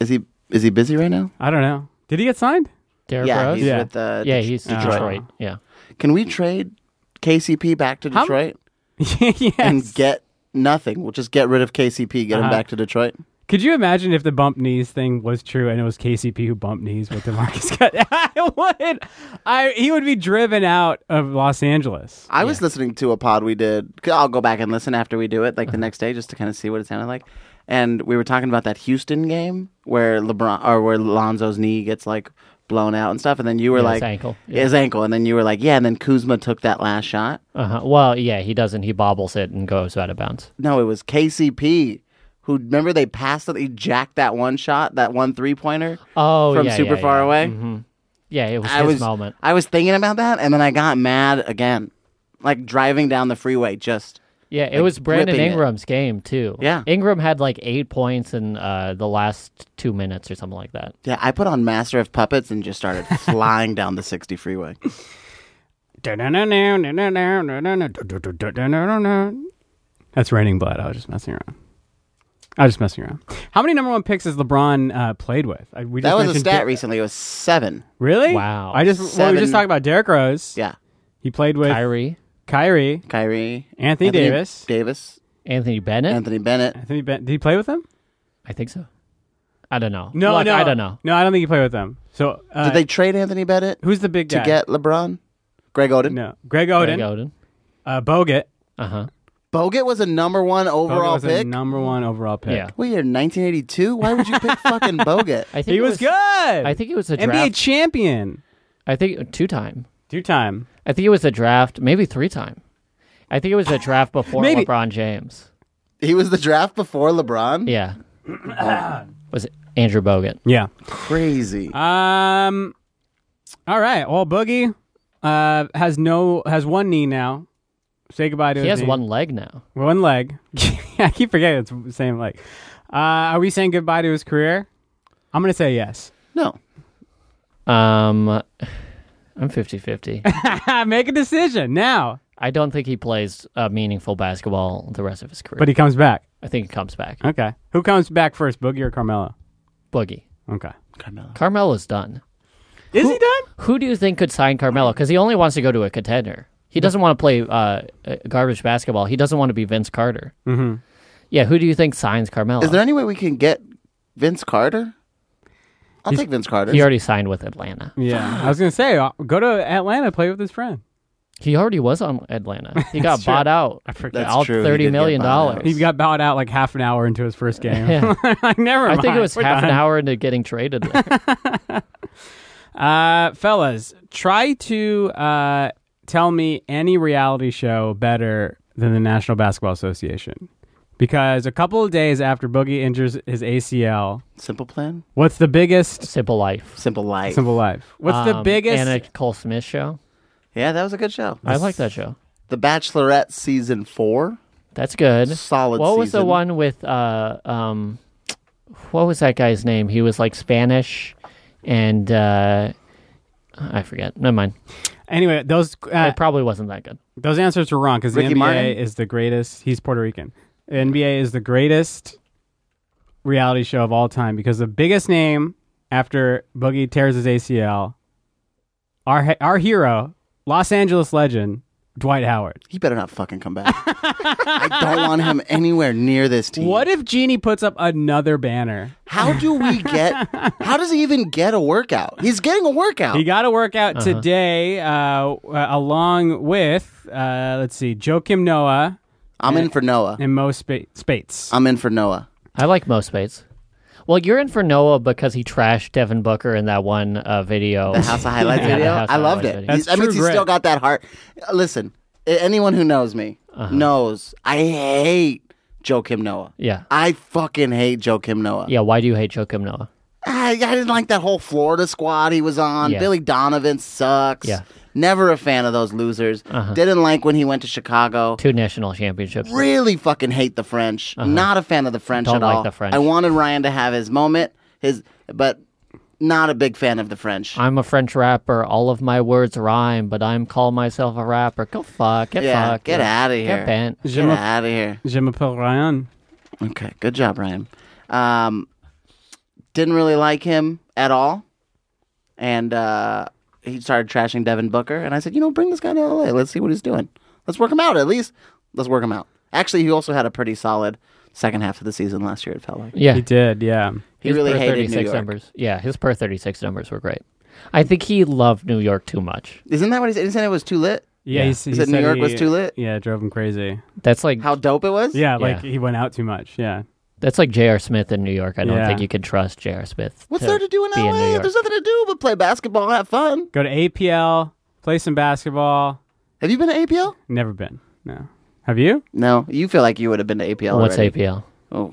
[SPEAKER 2] Is he is he busy right now?
[SPEAKER 1] I don't know. Did he get signed?
[SPEAKER 3] Derrick
[SPEAKER 2] yeah,
[SPEAKER 3] Rose?
[SPEAKER 2] he's
[SPEAKER 1] Yeah.
[SPEAKER 2] with uh,
[SPEAKER 3] yeah,
[SPEAKER 2] Det-
[SPEAKER 3] he's
[SPEAKER 1] Uh,
[SPEAKER 3] Detroit. Yeah.
[SPEAKER 2] Can we trade KCP back to
[SPEAKER 1] How-
[SPEAKER 2] Detroit
[SPEAKER 1] yes.
[SPEAKER 2] and get nothing? We'll just get rid of KCP, get him
[SPEAKER 1] Uh-huh.
[SPEAKER 2] back to Detroit.
[SPEAKER 1] Could you imagine if the bump knees thing was true and it was KCP who bumped knees with DeMarcus Cut? I would. I he would be driven out of Los Angeles.
[SPEAKER 2] I was listening to a pod we did. I'll go back and listen after we do it, like the
[SPEAKER 3] Uh-huh.
[SPEAKER 2] next day, just to kind of see what it sounded like. And we were talking about that Houston game where LeBron or where Lonzo's knee gets like blown out and stuff, and then you were
[SPEAKER 3] Yeah,
[SPEAKER 2] like
[SPEAKER 3] his ankle. Yeah.
[SPEAKER 2] his ankle, and then you were like, yeah, and then Kuzma took that last shot.
[SPEAKER 3] Uh-huh. Well, yeah, he doesn't. He bobbles it and goes out of bounds.
[SPEAKER 2] No, it was KCP who remember they passed it. He jacked that one shot, that one three pointer
[SPEAKER 3] Oh,
[SPEAKER 2] from
[SPEAKER 3] yeah,
[SPEAKER 2] super
[SPEAKER 3] yeah,
[SPEAKER 2] far
[SPEAKER 3] yeah.
[SPEAKER 2] away.
[SPEAKER 3] Yeah, it was
[SPEAKER 2] I
[SPEAKER 3] his
[SPEAKER 2] was
[SPEAKER 3] moment.
[SPEAKER 2] I was thinking about that, and then I got mad again, like driving down the freeway. Just
[SPEAKER 3] Yeah, it was Brandon
[SPEAKER 2] whipping it.
[SPEAKER 3] Ingram's game too.
[SPEAKER 2] Yeah.
[SPEAKER 3] Ingram had like eight points in uh, the last two minutes or something like that.
[SPEAKER 2] yeah, I put on Master of Puppets and just started flying down the sixty freeway.
[SPEAKER 1] That's raining blood. I was just messing around. I was just messing around. How many number one picks has LeBron uh, played with? I, we
[SPEAKER 2] That
[SPEAKER 1] just
[SPEAKER 2] was a
[SPEAKER 1] mentioned
[SPEAKER 2] stat
[SPEAKER 1] Der-
[SPEAKER 2] recently. It was seven.
[SPEAKER 1] really?
[SPEAKER 3] Wow.
[SPEAKER 1] I just well, we
[SPEAKER 2] Seven-
[SPEAKER 1] just talked about Derrick Rose.
[SPEAKER 2] Yeah,
[SPEAKER 1] He played with Kyrie,
[SPEAKER 3] Kyrie,
[SPEAKER 2] Kyrie,
[SPEAKER 1] Anthony, Davis,
[SPEAKER 2] Davis,
[SPEAKER 3] Anthony Bennett.
[SPEAKER 2] Anthony Bennett.
[SPEAKER 1] Anthony Ben, did he play with them?
[SPEAKER 3] I think so. I don't know.
[SPEAKER 1] No,
[SPEAKER 3] Look,
[SPEAKER 1] no,
[SPEAKER 3] I don't know.
[SPEAKER 1] No, I don't think he played with them. So uh,
[SPEAKER 2] Did they trade Anthony Bennett
[SPEAKER 1] Who's the big
[SPEAKER 2] to
[SPEAKER 1] guy?
[SPEAKER 2] get LeBron? Greg Oden.
[SPEAKER 1] no, Greg Oden,
[SPEAKER 3] Greg Oden.
[SPEAKER 1] Uh, Bogut.
[SPEAKER 3] Uh huh.
[SPEAKER 2] Bogut was a number one
[SPEAKER 1] Bogut
[SPEAKER 2] overall
[SPEAKER 1] was the
[SPEAKER 2] pick.
[SPEAKER 1] number one overall pick.
[SPEAKER 3] Yeah.
[SPEAKER 2] What year? 1982. Why would you pick fucking Bogut?
[SPEAKER 3] I think
[SPEAKER 1] he
[SPEAKER 3] it
[SPEAKER 1] was, good.
[SPEAKER 3] I think it was a
[SPEAKER 1] NBA
[SPEAKER 3] draft.
[SPEAKER 1] champion,
[SPEAKER 3] I think two time.
[SPEAKER 1] two time.
[SPEAKER 3] I think it was a draft, maybe three time. I think it was a draft before
[SPEAKER 1] Maybe.
[SPEAKER 3] LeBron James.
[SPEAKER 2] He was the draft before LeBron.
[SPEAKER 3] Yeah. was it Andrew Bogut?
[SPEAKER 1] Yeah.
[SPEAKER 2] Crazy.
[SPEAKER 3] Uh,
[SPEAKER 1] Um. All right. Well, Boogie uh, has no has one knee now. Say goodbye to
[SPEAKER 3] He
[SPEAKER 1] his
[SPEAKER 3] has
[SPEAKER 1] knee.
[SPEAKER 3] one leg now.
[SPEAKER 1] one leg. I keep forgetting it's the same leg. Uh, are we saying goodbye to his career? I'm gonna say yes.
[SPEAKER 2] no.
[SPEAKER 3] Um, I'm 50 50.
[SPEAKER 1] Make a decision now.
[SPEAKER 3] I don't think he plays uh, meaningful basketball the rest of his career.
[SPEAKER 1] But he comes back.
[SPEAKER 3] I think he comes back.
[SPEAKER 1] Okay. Who comes back first, Boogie or Carmelo?
[SPEAKER 3] Boogie.
[SPEAKER 1] Okay.
[SPEAKER 2] Carmelo.
[SPEAKER 3] Carmelo's done.
[SPEAKER 1] Is he done?
[SPEAKER 3] Who do you think could sign Carmelo? Because he only wants to go to a contender. He doesn't want to play uh, uh, garbage basketball. He doesn't want to be Vince Carter. Mm-hmm. Yeah, who do you think signs Carmelo?
[SPEAKER 2] Is there any way we can get Vince Carter? I'll take Vince Carter.
[SPEAKER 3] he already signed with Atlanta.
[SPEAKER 1] Yeah. I was gonna say uh, go to Atlanta play with his friend.
[SPEAKER 3] He already was on Atlanta. He got
[SPEAKER 1] That's true.
[SPEAKER 3] bought out.
[SPEAKER 1] I forget.
[SPEAKER 2] That's
[SPEAKER 3] all
[SPEAKER 2] true, he
[SPEAKER 3] thirty
[SPEAKER 2] did get
[SPEAKER 3] million
[SPEAKER 2] bought
[SPEAKER 3] dollars.
[SPEAKER 2] out.
[SPEAKER 1] He got bowed out like half an hour into his first game.
[SPEAKER 3] Yeah.
[SPEAKER 1] I never.
[SPEAKER 3] I think
[SPEAKER 1] mind.
[SPEAKER 3] it was
[SPEAKER 1] We're
[SPEAKER 3] half an
[SPEAKER 1] done.
[SPEAKER 3] hour into getting traded. there.
[SPEAKER 1] Uh, fellas, try to uh, tell me any reality show better than the National Basketball Association. Because a couple of days after Boogie injures his ACL,
[SPEAKER 2] Simple plan.
[SPEAKER 1] what's the biggest
[SPEAKER 3] Simple Life.
[SPEAKER 2] Simple life.
[SPEAKER 1] simple life? What's the
[SPEAKER 3] Um,
[SPEAKER 1] biggest?
[SPEAKER 3] Anna Cole Smith show?
[SPEAKER 2] Yeah, that was a good show.
[SPEAKER 3] I like that show.
[SPEAKER 2] The Bachelorette season four.
[SPEAKER 3] That's good.
[SPEAKER 2] Solid.
[SPEAKER 3] What was the
[SPEAKER 2] season.
[SPEAKER 3] one with uh um what was that guy's name? He was like Spanish and uh I forget. Never mind.
[SPEAKER 1] anyway, those uh,
[SPEAKER 3] it probably wasn't that good.
[SPEAKER 1] those answers were wrong because the
[SPEAKER 2] Ricky
[SPEAKER 1] NBA
[SPEAKER 2] Martin?
[SPEAKER 1] is the greatest. He's Puerto Rican. The NBA is the greatest reality show of all time because the biggest name after Boogie tears his ACL, our he- our hero, Los Angeles legend Dwight Howard.
[SPEAKER 2] He better not fucking come back. I don't want him anywhere near this team.
[SPEAKER 1] What if Genie puts up another banner?
[SPEAKER 2] How do we get? How does he even get a workout? He's getting a workout.
[SPEAKER 1] He got a workout
[SPEAKER 2] Uh-huh.
[SPEAKER 1] today, uh, uh, along with uh, let's see, Joakim Noah
[SPEAKER 2] I'm in for Noah.
[SPEAKER 1] and Mo Spa- Spates.
[SPEAKER 2] I'm in for Noah.
[SPEAKER 3] I like most Bates. Well, you're in for Noah because he trashed Devin Booker in that one uh, video.
[SPEAKER 2] The House of Highlights
[SPEAKER 3] Yeah, the
[SPEAKER 2] video.
[SPEAKER 3] House of
[SPEAKER 2] I loved
[SPEAKER 3] Highlights
[SPEAKER 2] it.
[SPEAKER 3] video.
[SPEAKER 2] He's- That
[SPEAKER 1] That's
[SPEAKER 2] means
[SPEAKER 1] true
[SPEAKER 2] he's still
[SPEAKER 1] grit.
[SPEAKER 2] got that heart. Uh, Listen, a- anyone who knows me knows I hate Joe Kim Noah.
[SPEAKER 3] Uh-huh. Yeah.
[SPEAKER 2] I fucking hate Joe Kim Noah.
[SPEAKER 3] Yeah, why do you hate Joakim Noah?
[SPEAKER 2] I, I didn't like that whole Florida squad he was on.
[SPEAKER 3] Yeah.
[SPEAKER 2] Billy Donovan sucks.
[SPEAKER 3] Yeah. Uh-huh.
[SPEAKER 2] Never a fan of those losers. Didn't like when he went to Chicago.
[SPEAKER 3] Two national championships.
[SPEAKER 2] Really fucking hate the French. Not a fan of the French
[SPEAKER 3] Uh-huh. Don't
[SPEAKER 2] at
[SPEAKER 3] like
[SPEAKER 2] all.
[SPEAKER 3] the French.
[SPEAKER 2] I wanted Ryan to have his moment, his but not a big fan of the French.
[SPEAKER 3] I'm a French rapper. All of my words rhyme, but I'm call myself a rapper. Go fuck. Get
[SPEAKER 2] Yeah,
[SPEAKER 3] fucked.
[SPEAKER 2] get
[SPEAKER 3] yeah.
[SPEAKER 2] outta here.
[SPEAKER 3] Get bent.
[SPEAKER 2] Get
[SPEAKER 1] Jimmo-
[SPEAKER 2] out of here.
[SPEAKER 1] Je m'appelle Ryan.
[SPEAKER 2] Okay, good job, Ryan. Um, didn't really like him at all, and uh, he started trashing Devin Booker. And I said, you know, bring this guy to LA. Let's see what he's doing. Let's work him out at least. Let's work him out. Actually, he also had a pretty solid second half of the season last year. It felt like
[SPEAKER 3] Yeah.
[SPEAKER 1] He did, yeah.
[SPEAKER 2] he
[SPEAKER 3] His
[SPEAKER 2] really
[SPEAKER 3] per
[SPEAKER 2] hated New York.
[SPEAKER 3] numbers. Yeah, his per 36 numbers were great. I think he loved New York too much.
[SPEAKER 2] Isn't that what he said? Isn't it was too lit?
[SPEAKER 1] Yeah,
[SPEAKER 3] Yeah.
[SPEAKER 1] he,
[SPEAKER 3] Is
[SPEAKER 1] he
[SPEAKER 2] it New
[SPEAKER 1] said
[SPEAKER 2] York
[SPEAKER 1] he-
[SPEAKER 2] was too lit?
[SPEAKER 1] Yeah, it drove him crazy.
[SPEAKER 3] That's like
[SPEAKER 2] How dope it was.
[SPEAKER 1] Yeah, like
[SPEAKER 3] Yeah.
[SPEAKER 1] he went out too much. Yeah,
[SPEAKER 3] that's like J.R. Smith in New York. I don't
[SPEAKER 1] Yeah.
[SPEAKER 3] think you can trust J.R. Smith.
[SPEAKER 2] What's there to do in
[SPEAKER 3] be in New
[SPEAKER 2] LA?
[SPEAKER 3] York.
[SPEAKER 2] There's nothing to do but play basketball, have fun.
[SPEAKER 1] go to APL, play some basketball.
[SPEAKER 2] Have you been to APL?
[SPEAKER 1] Never been. No, have you?
[SPEAKER 2] No. You feel like you would have been to APL.
[SPEAKER 3] What's
[SPEAKER 2] already.
[SPEAKER 3] APL?
[SPEAKER 2] Oh,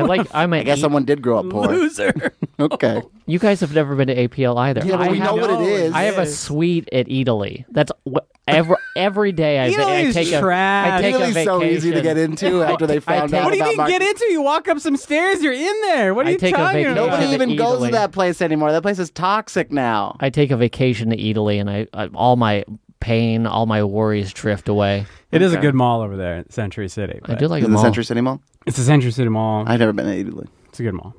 [SPEAKER 3] like. I'm a E
[SPEAKER 2] I guess someone did grow up poor. Loser. okay.
[SPEAKER 3] You guys have never been to APL either.
[SPEAKER 2] Yeah, but
[SPEAKER 3] I
[SPEAKER 2] we
[SPEAKER 3] have,
[SPEAKER 2] know what it is.
[SPEAKER 3] I have a suite at Italy. That's wh- every every day I, vi- I
[SPEAKER 1] Italy's
[SPEAKER 3] take a
[SPEAKER 1] trash.
[SPEAKER 3] I take
[SPEAKER 2] Italy's
[SPEAKER 3] a
[SPEAKER 2] so easy to
[SPEAKER 3] vacation.
[SPEAKER 2] get into after they found
[SPEAKER 3] take-
[SPEAKER 2] out
[SPEAKER 3] What do you
[SPEAKER 2] about Mark-
[SPEAKER 1] into? You walk up some stairs, you're in there. What
[SPEAKER 3] I take a vacation.
[SPEAKER 2] Nobody
[SPEAKER 3] Yeah.
[SPEAKER 2] even goes
[SPEAKER 3] Italy.
[SPEAKER 2] to that place anymore. That place is toxic now.
[SPEAKER 3] I take a vacation to Italy, and I, I all my pain, all my worries drift away.
[SPEAKER 1] It is a good mall over there, Century City.
[SPEAKER 3] I
[SPEAKER 1] but
[SPEAKER 3] do like a
[SPEAKER 2] the
[SPEAKER 3] mall.
[SPEAKER 2] Century City Mall?
[SPEAKER 1] It's a Century City mall.
[SPEAKER 2] I've never been to Italy.
[SPEAKER 1] It's a good mall.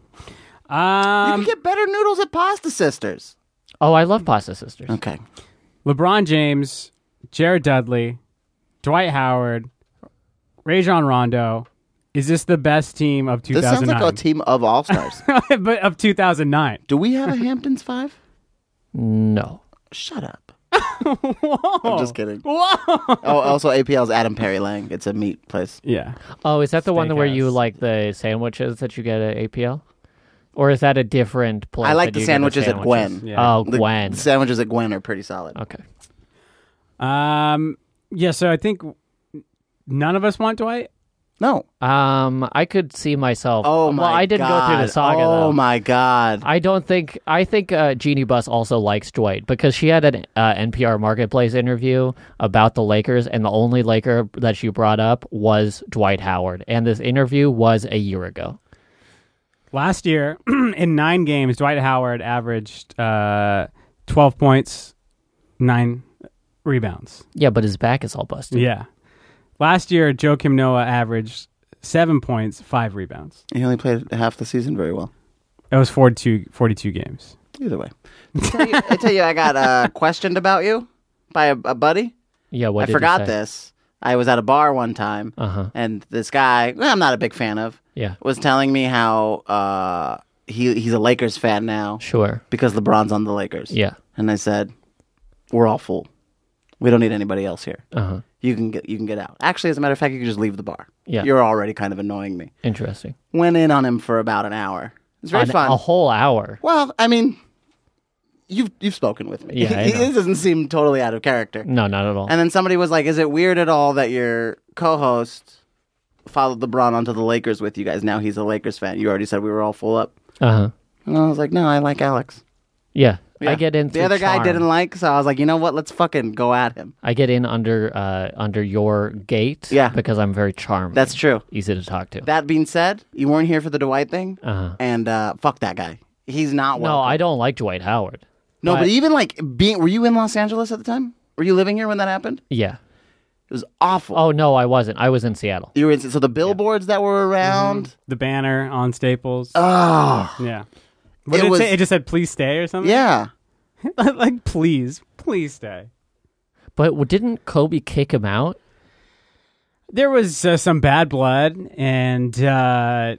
[SPEAKER 2] You
[SPEAKER 1] Um,
[SPEAKER 2] can get better noodles at Pasta Sisters.
[SPEAKER 3] Oh, I love Pasta Sisters.
[SPEAKER 2] Okay.
[SPEAKER 1] LeBron James, Jared Dudley, Dwight Howard, Rajon Rondo, is this the best team of
[SPEAKER 2] This sounds
[SPEAKER 1] 2009?
[SPEAKER 2] like a team of all stars.
[SPEAKER 1] but of 2009.
[SPEAKER 2] Do we have a Hamptons five?
[SPEAKER 3] No.
[SPEAKER 2] Shut up.
[SPEAKER 1] Whoa.
[SPEAKER 2] I'm just kidding.
[SPEAKER 1] Whoa.
[SPEAKER 2] Oh, also APL's Adam Perry Lang. It's a meat place.
[SPEAKER 1] Yeah.
[SPEAKER 3] Oh, is that the one that where you
[SPEAKER 1] Steakhouse.
[SPEAKER 3] like the sandwiches that you get at APL? Or is that a different place?
[SPEAKER 2] I like
[SPEAKER 3] that
[SPEAKER 2] the
[SPEAKER 3] you get
[SPEAKER 2] sandwiches at Gwen.
[SPEAKER 1] Yeah.
[SPEAKER 3] Oh,
[SPEAKER 2] The
[SPEAKER 3] Gwen.
[SPEAKER 2] sandwiches at Gwen are pretty solid.
[SPEAKER 3] Okay.
[SPEAKER 1] Um. Yeah. So I think none of us want Dwight.
[SPEAKER 2] No.
[SPEAKER 3] Um, I could see myself.
[SPEAKER 2] Oh
[SPEAKER 3] well,
[SPEAKER 2] my
[SPEAKER 3] I didn't go through the
[SPEAKER 2] God.
[SPEAKER 3] saga
[SPEAKER 2] Oh
[SPEAKER 3] though.
[SPEAKER 2] my god.
[SPEAKER 3] I don't think I think uh, Jeannie Buss also likes Dwight because she had an uh, NPR Marketplace interview about the Lakers, and the only Laker that she brought up was Dwight Howard, and this interview was a year ago.
[SPEAKER 1] Last year, in nine games, Dwight Howard averaged uh, 12 points, nine rebounds.
[SPEAKER 3] Yeah, but his back is all
[SPEAKER 2] Hmm.
[SPEAKER 3] busted.
[SPEAKER 1] Yeah. Last year, Joakim Noah averaged seven points, five rebounds.
[SPEAKER 2] He only played half the season very well.
[SPEAKER 1] That was 42, 42 games.
[SPEAKER 2] Either way. I tell you, I, tell you, I got uh, questioned about you by a, a buddy.
[SPEAKER 3] yeah. What
[SPEAKER 2] I forgot this. I was at a bar one time,
[SPEAKER 3] Uh huh.
[SPEAKER 2] and this guy, who I'm not a big fan of,
[SPEAKER 3] Yeah.
[SPEAKER 2] was telling me how uh, he he's a Lakers fan now
[SPEAKER 3] Sure.
[SPEAKER 2] because LeBron's on the Lakers.
[SPEAKER 3] Yeah.
[SPEAKER 2] And I said, "We're all full. We don't need anybody else here.
[SPEAKER 3] Uh huh.
[SPEAKER 2] You can get you can get out. Actually, as a matter of fact, you can just leave the bar.
[SPEAKER 3] Yeah.
[SPEAKER 2] You're already kind of annoying me."
[SPEAKER 3] Interesting.
[SPEAKER 2] Went in on him for about an hour. It's very
[SPEAKER 3] On
[SPEAKER 2] fun.
[SPEAKER 3] A whole hour.
[SPEAKER 2] Well, I mean, you've you've spoken with me.
[SPEAKER 3] Yeah, I
[SPEAKER 2] he,
[SPEAKER 3] know.
[SPEAKER 2] he doesn't seem totally out of character.
[SPEAKER 3] No, not at all.
[SPEAKER 2] And then somebody was like, "Is it weird at all that your co-host followed LeBron onto the Lakers with you guys? Now he's a Lakers fan. You already said we were all full up."
[SPEAKER 3] Uh huh.
[SPEAKER 2] And I was like, "No, I like Alex."
[SPEAKER 3] Yeah.
[SPEAKER 2] Yeah.
[SPEAKER 3] I get in.
[SPEAKER 2] The
[SPEAKER 3] through
[SPEAKER 2] other guy
[SPEAKER 3] charm.
[SPEAKER 2] didn't like, so I was like, "You know what? Let's fucking go at him."
[SPEAKER 3] I get in under uh under your gate.
[SPEAKER 2] Yeah.
[SPEAKER 3] Because I'm very charming.
[SPEAKER 2] That's true.
[SPEAKER 3] easy to talk to.
[SPEAKER 2] That being said, you weren't here for the Dwight thing,
[SPEAKER 3] Uh huh.
[SPEAKER 2] and uh, fuck that guy. He's not
[SPEAKER 3] No,
[SPEAKER 2] welcome.
[SPEAKER 3] I don't like Dwight Howard.
[SPEAKER 2] No, but
[SPEAKER 1] but-
[SPEAKER 2] even like being, were you in Los Angeles at the time? Were you living here when that happened?
[SPEAKER 3] Yeah.
[SPEAKER 2] It was awful.
[SPEAKER 3] Oh no, I wasn't. I was in Seattle.
[SPEAKER 2] You were in, so the billboards that were
[SPEAKER 1] Mm-hmm.
[SPEAKER 2] around.
[SPEAKER 1] The banner on Staples.
[SPEAKER 2] Oh,
[SPEAKER 1] yeah. What
[SPEAKER 2] it
[SPEAKER 1] did it,
[SPEAKER 2] was-
[SPEAKER 1] say? It just said, please stay or something?
[SPEAKER 2] Oh, yeah.
[SPEAKER 1] like, please, please stay.
[SPEAKER 3] But w- didn't Kobe kick him out?
[SPEAKER 1] there was uh, some bad blood, and uh,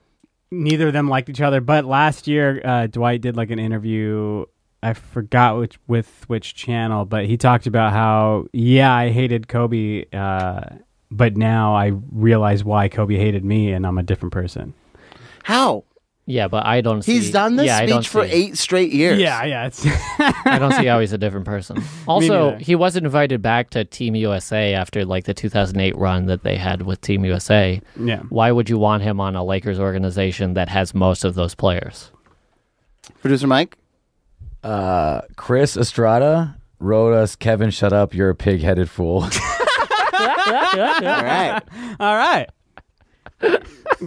[SPEAKER 1] neither of them liked each other. But last year, uh, Dwight did like an interview. I forgot which with which channel, but he talked about how yeah, I hated Kobe, uh, but now I realize why Kobe hated me, and I'm a different person.
[SPEAKER 2] How?
[SPEAKER 3] Yeah, but I don't. See,
[SPEAKER 2] He's done this
[SPEAKER 3] yeah, I don't
[SPEAKER 2] speech for
[SPEAKER 3] see-
[SPEAKER 2] eight straight years.
[SPEAKER 1] Yeah, yeah, it's
[SPEAKER 3] I don't see how he's a different person. Also,
[SPEAKER 1] neither.
[SPEAKER 3] he wasn't invited back to Team USA after like the 2008 run that they had with Team USA.
[SPEAKER 1] yeah.
[SPEAKER 3] Why would you want him on a Lakers organization that has most of those players?
[SPEAKER 2] Producer Mike?
[SPEAKER 4] Uh, Chris Estrada wrote us, Kevin, shut up, you're a pig-headed fool.
[SPEAKER 2] All right.
[SPEAKER 1] All right,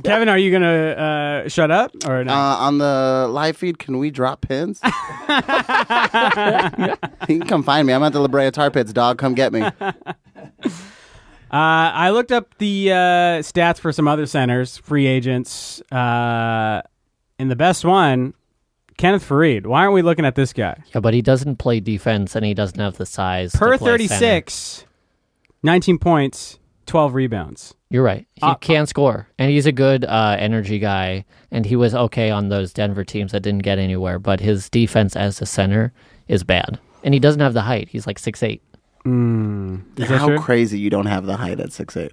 [SPEAKER 1] Kevin, are you gonna uh, shut up or
[SPEAKER 2] Uh,
[SPEAKER 1] no?
[SPEAKER 2] on the live feed, can we drop pins? you can come find me. I'm at the La Brea Tar Pits, dog. Come get me.
[SPEAKER 1] Uh, I looked up the uh, stats for some other centers, free agents, uh, and the best one, Kenneth Farid. Why aren't we looking at this guy?
[SPEAKER 3] Yeah, but he doesn't play defense and he doesn't have the size. to
[SPEAKER 1] Per
[SPEAKER 3] play center.
[SPEAKER 1] 36, 19 points, 12 rebounds.
[SPEAKER 3] You're right. He
[SPEAKER 1] Uh,
[SPEAKER 3] can score, and he's a good uh, energy guy. And he was okay on those Denver teams that didn't get anywhere. But his defense as a center is bad, and he doesn't have the height. He's like six eight.
[SPEAKER 1] Is that
[SPEAKER 2] How
[SPEAKER 1] true?
[SPEAKER 2] crazy you don't have the height at six eight.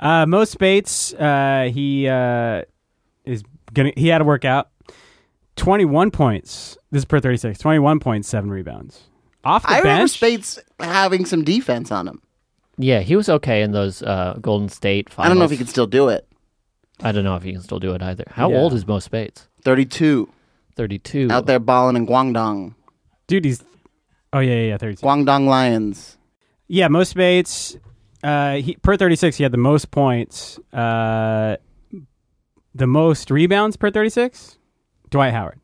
[SPEAKER 1] Uh, Mo Spates, uh, he uh, is gonna. He had to work out. 21 points. This is per 36. 21 points, seven rebounds. Off the
[SPEAKER 2] I remember
[SPEAKER 1] bench.
[SPEAKER 2] Spates having some defense on him.
[SPEAKER 3] Yeah, he was okay in those uh, Golden State finals.
[SPEAKER 2] I don't know if he can still do it.
[SPEAKER 3] I don't know if he can still do it either. How
[SPEAKER 1] Yeah.
[SPEAKER 3] old is Mo Spates?
[SPEAKER 2] 32
[SPEAKER 3] Thirty two.
[SPEAKER 2] out there balling in Guangdong.
[SPEAKER 1] Dude, he's. Oh, yeah, yeah, yeah. 32.
[SPEAKER 2] Guangdong Lions.
[SPEAKER 1] Yeah, most Bates. Uh, he, per 36, he had the most points. Uh, the most rebounds per 36? Dwight Howard.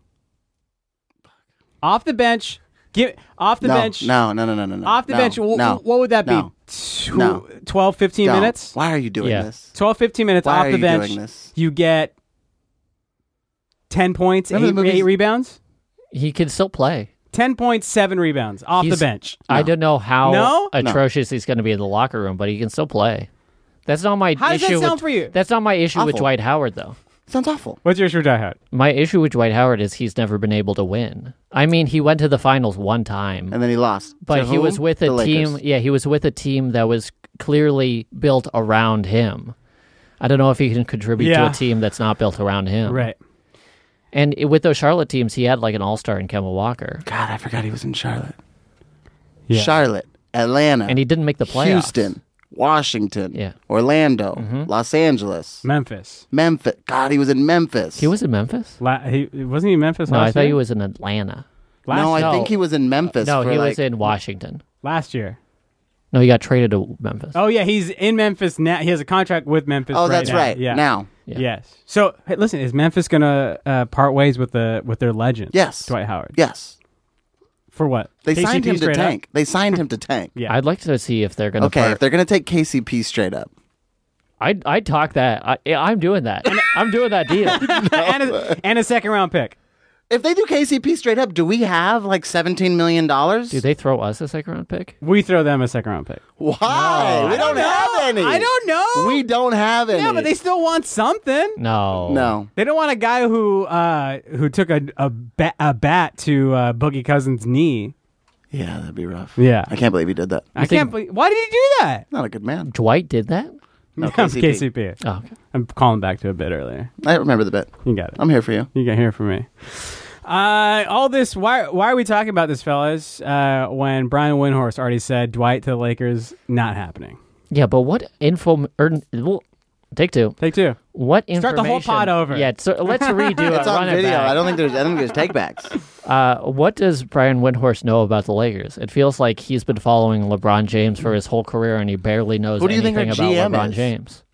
[SPEAKER 1] Off the bench. Give, off the
[SPEAKER 2] no,
[SPEAKER 1] bench.
[SPEAKER 2] No, no, no, no, no, no.
[SPEAKER 1] Off the
[SPEAKER 2] no,
[SPEAKER 1] bench. wh-
[SPEAKER 2] No.
[SPEAKER 1] wh- what would that
[SPEAKER 2] No.
[SPEAKER 1] be? Two,
[SPEAKER 2] No.
[SPEAKER 1] 12, 15
[SPEAKER 2] Don't.
[SPEAKER 1] minutes?
[SPEAKER 2] Why are you doing
[SPEAKER 3] Yeah.
[SPEAKER 2] this?
[SPEAKER 1] 12, 15 minutes
[SPEAKER 2] Why
[SPEAKER 1] off
[SPEAKER 2] are
[SPEAKER 1] the
[SPEAKER 2] you
[SPEAKER 1] bench.
[SPEAKER 2] doing this?
[SPEAKER 1] You get 10 points, eight,
[SPEAKER 2] Remember the movies-
[SPEAKER 1] eight rebounds?
[SPEAKER 3] He can still play.
[SPEAKER 1] 10 points, seven rebounds off the
[SPEAKER 3] He's-
[SPEAKER 1] bench.
[SPEAKER 3] I don't know how
[SPEAKER 1] No?
[SPEAKER 3] atrocious he's going to be in the locker room, but he can still play. That's not my
[SPEAKER 1] How does
[SPEAKER 3] issue.
[SPEAKER 1] that sound
[SPEAKER 3] with,
[SPEAKER 1] for you?
[SPEAKER 3] That's not my issue with
[SPEAKER 2] Awful.
[SPEAKER 3] Dwight Howard, though.
[SPEAKER 2] Sounds awful.
[SPEAKER 1] What's your issue with Die Hard?
[SPEAKER 3] My issue with Dwight Howard is he's never been able to win. I mean, he went to the finals one time,
[SPEAKER 2] And then he lost.
[SPEAKER 3] Hmm. but
[SPEAKER 2] To
[SPEAKER 3] he
[SPEAKER 2] whom?
[SPEAKER 3] was with a
[SPEAKER 2] The
[SPEAKER 3] team.
[SPEAKER 2] Lakers.
[SPEAKER 3] Yeah, he was with a team that was clearly built around him. I don't know if he can contribute to
[SPEAKER 1] Yeah.
[SPEAKER 3] a team that's not built around him.
[SPEAKER 1] Right.
[SPEAKER 3] And it- with those Charlotte teams, he had like an all star in Kemba Walker,
[SPEAKER 2] God, I forgot he was in Charlotte.
[SPEAKER 1] Yeah.
[SPEAKER 2] Charlotte, Atlanta,
[SPEAKER 3] and he didn't make the playoffs.
[SPEAKER 2] Houston, Washington,
[SPEAKER 3] Yeah. Mm-hmm.
[SPEAKER 2] Orlando, Los Angeles,
[SPEAKER 1] Memphis.
[SPEAKER 2] Memphis. God, he was in Memphis.
[SPEAKER 3] He was in Memphis.
[SPEAKER 1] La- he, wasn't he in Memphis
[SPEAKER 3] No,
[SPEAKER 1] last
[SPEAKER 3] I thought
[SPEAKER 1] year?
[SPEAKER 3] he was in Atlanta.
[SPEAKER 1] Last,
[SPEAKER 2] no, I
[SPEAKER 3] no.
[SPEAKER 2] think he was in Memphis.
[SPEAKER 3] No,
[SPEAKER 2] for
[SPEAKER 3] he
[SPEAKER 2] like,
[SPEAKER 3] was in Washington.
[SPEAKER 1] last year.
[SPEAKER 3] No, he got traded to Memphis.
[SPEAKER 1] Oh yeah, he's in Memphis now. He has a contract with Memphis.
[SPEAKER 2] Oh, that's
[SPEAKER 1] now.
[SPEAKER 2] right.
[SPEAKER 1] Yeah.
[SPEAKER 2] Now,
[SPEAKER 3] Yeah.
[SPEAKER 1] Yes. So hey, listen, is Memphis gonna uh, part ways with the with their legend?
[SPEAKER 2] Yes.
[SPEAKER 1] Dwight Howard.
[SPEAKER 2] yes,
[SPEAKER 1] For what?
[SPEAKER 2] they
[SPEAKER 1] KCP
[SPEAKER 2] signed him to
[SPEAKER 1] straight up?
[SPEAKER 2] tank. They signed him to tank.
[SPEAKER 1] Yeah.
[SPEAKER 3] I'd like to see if they're going to
[SPEAKER 2] Okay, if
[SPEAKER 3] part.
[SPEAKER 2] they're gonna take KCP straight up,
[SPEAKER 3] I'd, I'd talk that. I, yeah, I'm doing that. I'm doing that deal.
[SPEAKER 1] and, a, and a second round pick.
[SPEAKER 2] if they do KCP straight up, do we have like seventeen million dollars?
[SPEAKER 3] Do they throw us a second round pick?
[SPEAKER 1] We throw them a second round pick.
[SPEAKER 2] Why? we don't, have any.
[SPEAKER 1] I don't know.
[SPEAKER 2] We don't have any.
[SPEAKER 1] yeah, but they still want something.
[SPEAKER 3] No.
[SPEAKER 2] no.
[SPEAKER 1] They don't want a guy who uh, who took a a, ba- a bat to uh, Boogie Cousins' knee.
[SPEAKER 2] Yeah, that'd be rough.
[SPEAKER 1] Yeah.
[SPEAKER 2] I can't believe he did that.
[SPEAKER 1] I can't believe. Why did he do that?
[SPEAKER 2] Not a good man.
[SPEAKER 3] Dwight did that?
[SPEAKER 2] No,
[SPEAKER 1] KCP.
[SPEAKER 2] KCP.
[SPEAKER 3] Oh, okay.
[SPEAKER 1] I'm calling back to a bit earlier.
[SPEAKER 2] I remember the bit.
[SPEAKER 1] You got it.
[SPEAKER 2] I'm here for you.
[SPEAKER 1] You can hear from me. Uh, all this. Why? Why are we talking about this, fellas? Uh, when Brian Windhorst already said Dwight to the Lakers not happening.
[SPEAKER 3] Yeah, but what info. Er, well, take two.
[SPEAKER 1] Take two.
[SPEAKER 3] What
[SPEAKER 1] Start the
[SPEAKER 3] information?
[SPEAKER 1] whole pod over.
[SPEAKER 3] Yeah, so let's redo it.
[SPEAKER 2] It's on
[SPEAKER 3] run it
[SPEAKER 2] video.
[SPEAKER 3] back.
[SPEAKER 2] I don't think there's. I don't think there's takebacks.
[SPEAKER 3] Uh, what does Brian Windhorst know about the Lakers? It feels like he's been following LeBron James for his whole career, and he barely knows
[SPEAKER 2] Who do you
[SPEAKER 3] anything
[SPEAKER 2] think our
[SPEAKER 3] about
[SPEAKER 2] GM
[SPEAKER 3] LeBron
[SPEAKER 2] is?
[SPEAKER 3] James.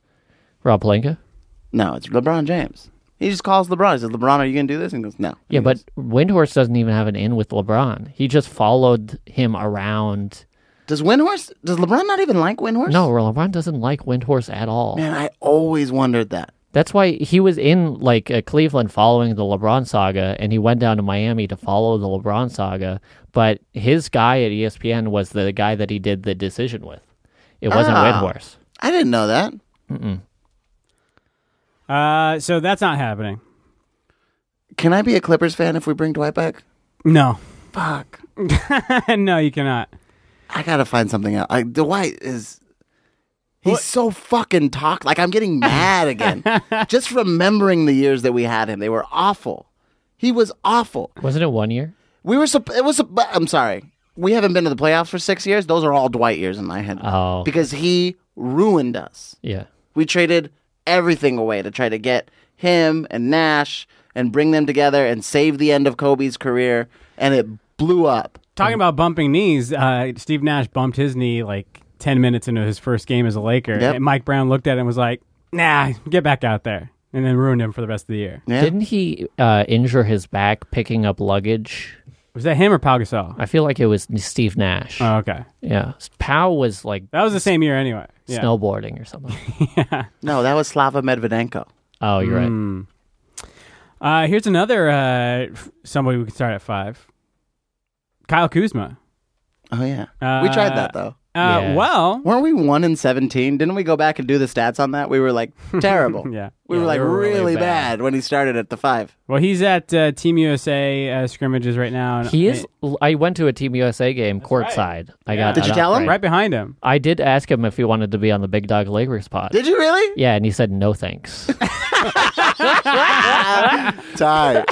[SPEAKER 3] Rob Palenka.
[SPEAKER 2] No, it's LeBron James. He just calls LeBron. He says, "LeBron, are you gonna do this?" And he goes, "No."
[SPEAKER 3] Yeah,
[SPEAKER 2] He
[SPEAKER 3] but
[SPEAKER 2] goes,
[SPEAKER 3] Windhorst doesn't even have an in with LeBron. He just followed him around.
[SPEAKER 2] does Windhorse? Does LeBron not even like Windhorse?
[SPEAKER 3] No, LeBron doesn't like Windhorst at all.
[SPEAKER 2] Man, I always wondered that.
[SPEAKER 3] That's why he was in like uh, Cleveland following the LeBron saga, and he went down to Miami to follow the LeBron saga. But his guy at E ESPN was the guy that he did the decision with. It wasn't
[SPEAKER 2] Ah.
[SPEAKER 3] Windhorst.
[SPEAKER 2] I didn't know that.
[SPEAKER 1] Uh, so that's not happening.
[SPEAKER 2] Can I be a Clippers fan if we bring Dwight back?
[SPEAKER 1] No,
[SPEAKER 2] Fuck.
[SPEAKER 1] no, you cannot.
[SPEAKER 2] I gotta find something else. I, Dwight is. He's so fucking talk. Like I'm getting mad again. Just remembering the years that we had him, they were awful. He was awful.
[SPEAKER 3] Wasn't it one year?
[SPEAKER 2] We were. supp- It was. supp- I'm sorry. We haven't been to the playoffs for six years. Those are all Dwight years in my head.
[SPEAKER 3] Oh.
[SPEAKER 2] Because he ruined us.
[SPEAKER 3] Yeah.
[SPEAKER 2] We traded everything away to try to get him and Nash and bring them together and save the end of Kobe's career, and it blew up.
[SPEAKER 1] Talking about bumping knees, uh, Steve Nash bumped his knee like ten minutes into his first game as a Laker,
[SPEAKER 2] Yep.
[SPEAKER 1] and Mike Brown looked at it and was like, "Nah, get back out there," and then ruined him for the rest of the year.
[SPEAKER 2] Yeah.
[SPEAKER 3] Didn't he uh, injure his back picking up luggage?
[SPEAKER 1] Was that him or Pau Gasol?
[SPEAKER 3] I feel like it was Steve Nash.
[SPEAKER 2] Uh.
[SPEAKER 1] Oh, okay,
[SPEAKER 3] yeah. Pow was like
[SPEAKER 1] that was the same year anyway. Yeah.
[SPEAKER 3] snowboarding or something.
[SPEAKER 2] No, that was Slava Medvedenko.
[SPEAKER 3] Oh, you're
[SPEAKER 1] Mm,
[SPEAKER 3] right.
[SPEAKER 1] Hmm. Uh, here's another uh, f- somebody we can start at five. Kyle Kuzma.
[SPEAKER 2] Oh yeah,
[SPEAKER 1] Uh,
[SPEAKER 2] we tried that though.
[SPEAKER 1] Uh,
[SPEAKER 3] Yeah.
[SPEAKER 1] Well,
[SPEAKER 2] Weren't we one in seventeen? Didn't we go back and do the stats on that? We were like terrible.
[SPEAKER 1] yeah.
[SPEAKER 2] We were
[SPEAKER 3] Yeah,
[SPEAKER 2] like
[SPEAKER 3] we were really
[SPEAKER 2] really,
[SPEAKER 3] bad.
[SPEAKER 2] bad. when he started at the five.
[SPEAKER 1] Well, he's at uh, Team USA uh, scrimmages right now. And
[SPEAKER 3] He is. I went to a Team USA game courtside. I got.
[SPEAKER 2] Did you
[SPEAKER 3] an
[SPEAKER 2] tell him?
[SPEAKER 1] right behind him.
[SPEAKER 3] I did ask him if he wanted to be on the Big Dog Lakers pod.
[SPEAKER 2] Did you really?
[SPEAKER 3] yeah, and he said no thanks.
[SPEAKER 2] Tied.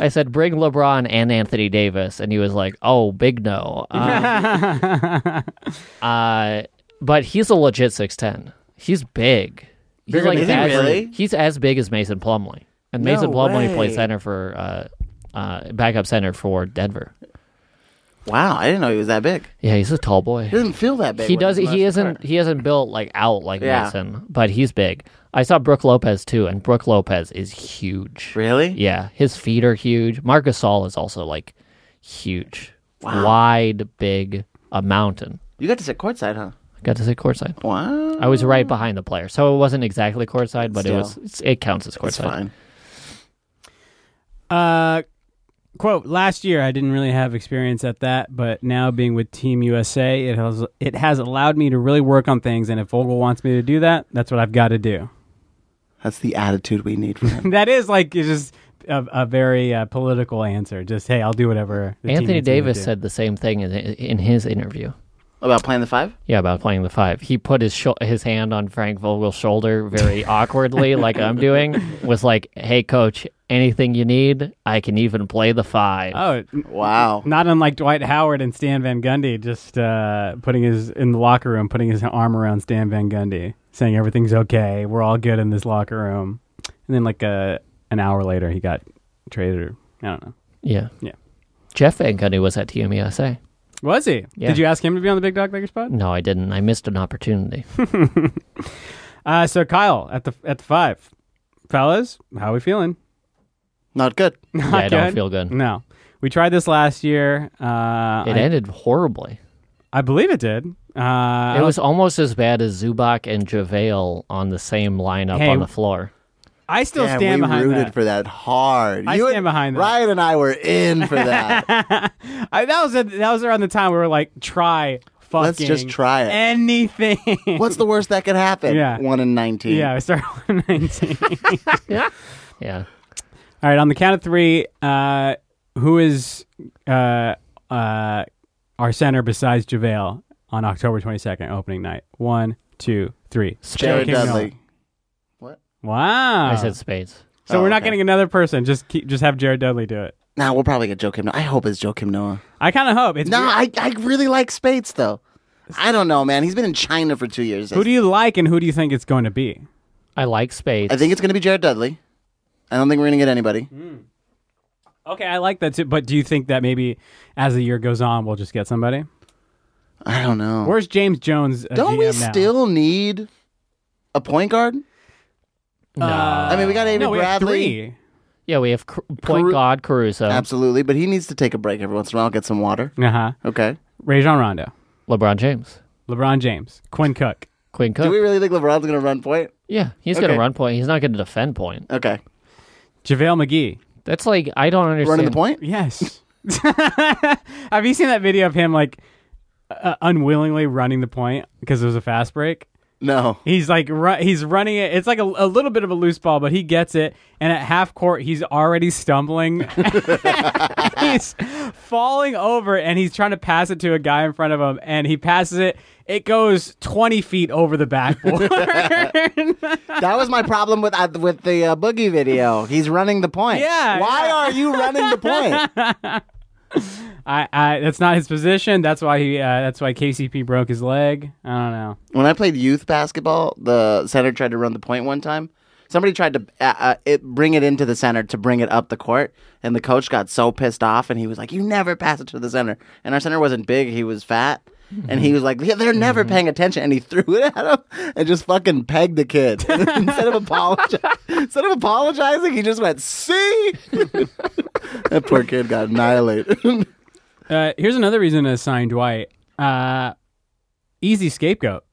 [SPEAKER 3] I said bring LeBron and Anthony Davis, and he was like, "Oh, big no." Um, uh, but he's a legit six ten. He's big. He's
[SPEAKER 2] Bigger than-
[SPEAKER 3] as,
[SPEAKER 2] Is he really?
[SPEAKER 3] He's as big as Mason Plumley, and Mason
[SPEAKER 2] No
[SPEAKER 3] Plumley plays
[SPEAKER 2] way.
[SPEAKER 3] center for uh, uh, backup center for Denver.
[SPEAKER 2] wow, I didn't know he was that big.
[SPEAKER 3] Yeah, he's a tall boy.
[SPEAKER 2] He doesn't feel that big.
[SPEAKER 3] He
[SPEAKER 2] when
[SPEAKER 3] does.
[SPEAKER 2] he's
[SPEAKER 3] He
[SPEAKER 2] most-
[SPEAKER 3] isn't. He isn't built like out like
[SPEAKER 2] Yeah.
[SPEAKER 3] Mason, but he's big. I saw Brooke Lopez too, and Brooke Lopez is huge.
[SPEAKER 2] Really?
[SPEAKER 3] Yeah, his feet are huge. Marcus Gasol is also like huge, wide, big, a mountain.
[SPEAKER 2] You got to sit courtside, huh?
[SPEAKER 3] I got to say courtside.
[SPEAKER 2] Wow.
[SPEAKER 3] I was right
[SPEAKER 2] Mm.
[SPEAKER 3] behind the player, so it wasn't exactly courtside, but it
[SPEAKER 2] Still.
[SPEAKER 3] was. It's, it counts as courtside.
[SPEAKER 2] It's fine.
[SPEAKER 1] Uh, quote last year i didn't really have experience at that but now being with team usa it has it has allowed me to really work on things and if vogel wants me to do that that's what i've got to do
[SPEAKER 2] That's the attitude we need from him.
[SPEAKER 1] that is like it's just a, a very uh, political answer just hey i'll do whatever the team
[SPEAKER 3] Anthony
[SPEAKER 1] needs me to
[SPEAKER 3] Davis
[SPEAKER 1] do.
[SPEAKER 3] said the same thing in, in his interview.
[SPEAKER 2] About playing the five?
[SPEAKER 3] Yeah, about playing the five. He put his shou- his hand on Frank Vogel's shoulder very awkwardly, like I'm doing. Was like, "Hey, coach, anything you need, I can even play the five.
[SPEAKER 1] oh n-
[SPEAKER 2] Wow.
[SPEAKER 1] not unlike dwight howard and stan van gundy just uh, putting his in the locker room putting his arm around stan van gundy saying everything's okay we're all good in this locker room and then like uh, an hour later he got traded or i don't know
[SPEAKER 3] Yeah,
[SPEAKER 1] yeah.
[SPEAKER 3] Jeff Van Gundy was at Team USA.
[SPEAKER 1] Was he?
[SPEAKER 3] Yeah.
[SPEAKER 1] Did you ask him to be on the Big Dog Bigger spot?
[SPEAKER 3] No, I didn't. I missed an opportunity.
[SPEAKER 1] Uh, so Kyle at the at the five, fellas, how we feeling?
[SPEAKER 2] Not good.
[SPEAKER 1] Not
[SPEAKER 3] yeah, I don't feel good.
[SPEAKER 1] No, we tried this last year. Uh,
[SPEAKER 3] It
[SPEAKER 1] I,
[SPEAKER 3] ended horribly.
[SPEAKER 1] I believe it did. Uh,
[SPEAKER 3] It was almost as bad as Zubac and JaVale on the same lineup
[SPEAKER 1] Hey,
[SPEAKER 3] on the floor.
[SPEAKER 1] I still
[SPEAKER 2] Damn,
[SPEAKER 1] stand
[SPEAKER 2] we
[SPEAKER 1] behind
[SPEAKER 2] rooted
[SPEAKER 1] that.
[SPEAKER 2] for that hard.
[SPEAKER 1] I
[SPEAKER 2] you
[SPEAKER 1] stand
[SPEAKER 2] and
[SPEAKER 1] behind that.
[SPEAKER 2] Ryan and I were in for that.
[SPEAKER 1] I, that was a, that was around the time we were like, try fucking.
[SPEAKER 2] Let's just try it.
[SPEAKER 1] Anything.
[SPEAKER 2] What's the worst that could happen?
[SPEAKER 1] Yeah.
[SPEAKER 2] One in 19.
[SPEAKER 1] yeah, we started one nineteen.
[SPEAKER 3] Yeah.
[SPEAKER 1] All right, on the count of three, uh, who is uh, uh, our center besides JaVale on October 22nd, opening night? One, two, three.
[SPEAKER 2] Jared
[SPEAKER 1] Joakim Noah.
[SPEAKER 2] Dudley.
[SPEAKER 1] Wow.
[SPEAKER 3] I said spades.
[SPEAKER 1] so
[SPEAKER 2] Oh,
[SPEAKER 1] we're not
[SPEAKER 2] okay.
[SPEAKER 1] getting another person. Just keep, just have Jared Dudley do it.
[SPEAKER 2] Nah, we'll probably get Joe Kim Noah. I hope it's Joe Kim Noah.
[SPEAKER 1] I kind of hope. It's
[SPEAKER 2] No, I, I really like Spades, though. I don't know, man. He's been in China for two years.
[SPEAKER 1] Who do you like and who do you think it's going to be?
[SPEAKER 3] I like spades.
[SPEAKER 2] I think it's going to be Jared Dudley. I don't think we're going to get anybody.
[SPEAKER 1] Hmm? Okay, I like that too. But do you think that maybe as the year goes on, we'll just get somebody?
[SPEAKER 2] I don't know.
[SPEAKER 1] Where's James Jones? uh,
[SPEAKER 2] don't we
[SPEAKER 1] GM now?
[SPEAKER 2] still need a point guard?
[SPEAKER 3] no.
[SPEAKER 1] Uh.
[SPEAKER 2] I mean, we got Avery
[SPEAKER 1] No, we have
[SPEAKER 2] Bradley.
[SPEAKER 1] three.
[SPEAKER 3] yeah, we have Cr- point
[SPEAKER 2] Caru-
[SPEAKER 3] guard Caruso,
[SPEAKER 2] Absolutely, but he needs to take a break every once in a while, get some water.
[SPEAKER 1] Uh huh.
[SPEAKER 2] Okay.
[SPEAKER 1] Rajon Rondo,
[SPEAKER 3] LeBron James,
[SPEAKER 1] LeBron James, Quinn Cook.
[SPEAKER 3] Quinn Cook.
[SPEAKER 2] Do we really think LeBron's going to run point?
[SPEAKER 3] yeah, he's going
[SPEAKER 2] Okay.
[SPEAKER 3] to run point. He's not going to defend point.
[SPEAKER 2] Okay.
[SPEAKER 1] JaVale McGee.
[SPEAKER 3] That's like I don't understand.
[SPEAKER 2] Running the point?
[SPEAKER 1] Yes. Have you seen that video of him like uh, unwillingly running the point because it was a fast break?
[SPEAKER 2] No.
[SPEAKER 1] He's like ru- he's running it. It's like a, a little bit of a loose ball, but he gets it. And at half court, he's already stumbling. he's falling over, and he's trying to pass it to a guy in front of him, and he passes it. It goes twenty feet over the backboard.
[SPEAKER 2] That was my problem with uh, with the uh, boogie video. He's running the point.
[SPEAKER 1] Yeah,
[SPEAKER 2] Why
[SPEAKER 1] yeah.
[SPEAKER 2] are you running the point?
[SPEAKER 1] I, I that's not his position. That's why he. Uh, that's why KCP broke his leg. I don't know.
[SPEAKER 2] when I played youth basketball, the center tried to run the point one time. Somebody tried to uh, uh, it, bring it into the center to bring it up the court, and the coach got so pissed off, and he was like, "You never pass it to the center." And our center wasn't big; he was fat, and he was like, yeah, "They're never paying attention." And he threw it at him and just fucking pegged the kid. instead of apologizing, instead of apologizing, he just went, "See." that poor kid got annihilated.
[SPEAKER 1] Uh, here's another reason to assign Dwight. Uh, easy scapegoat.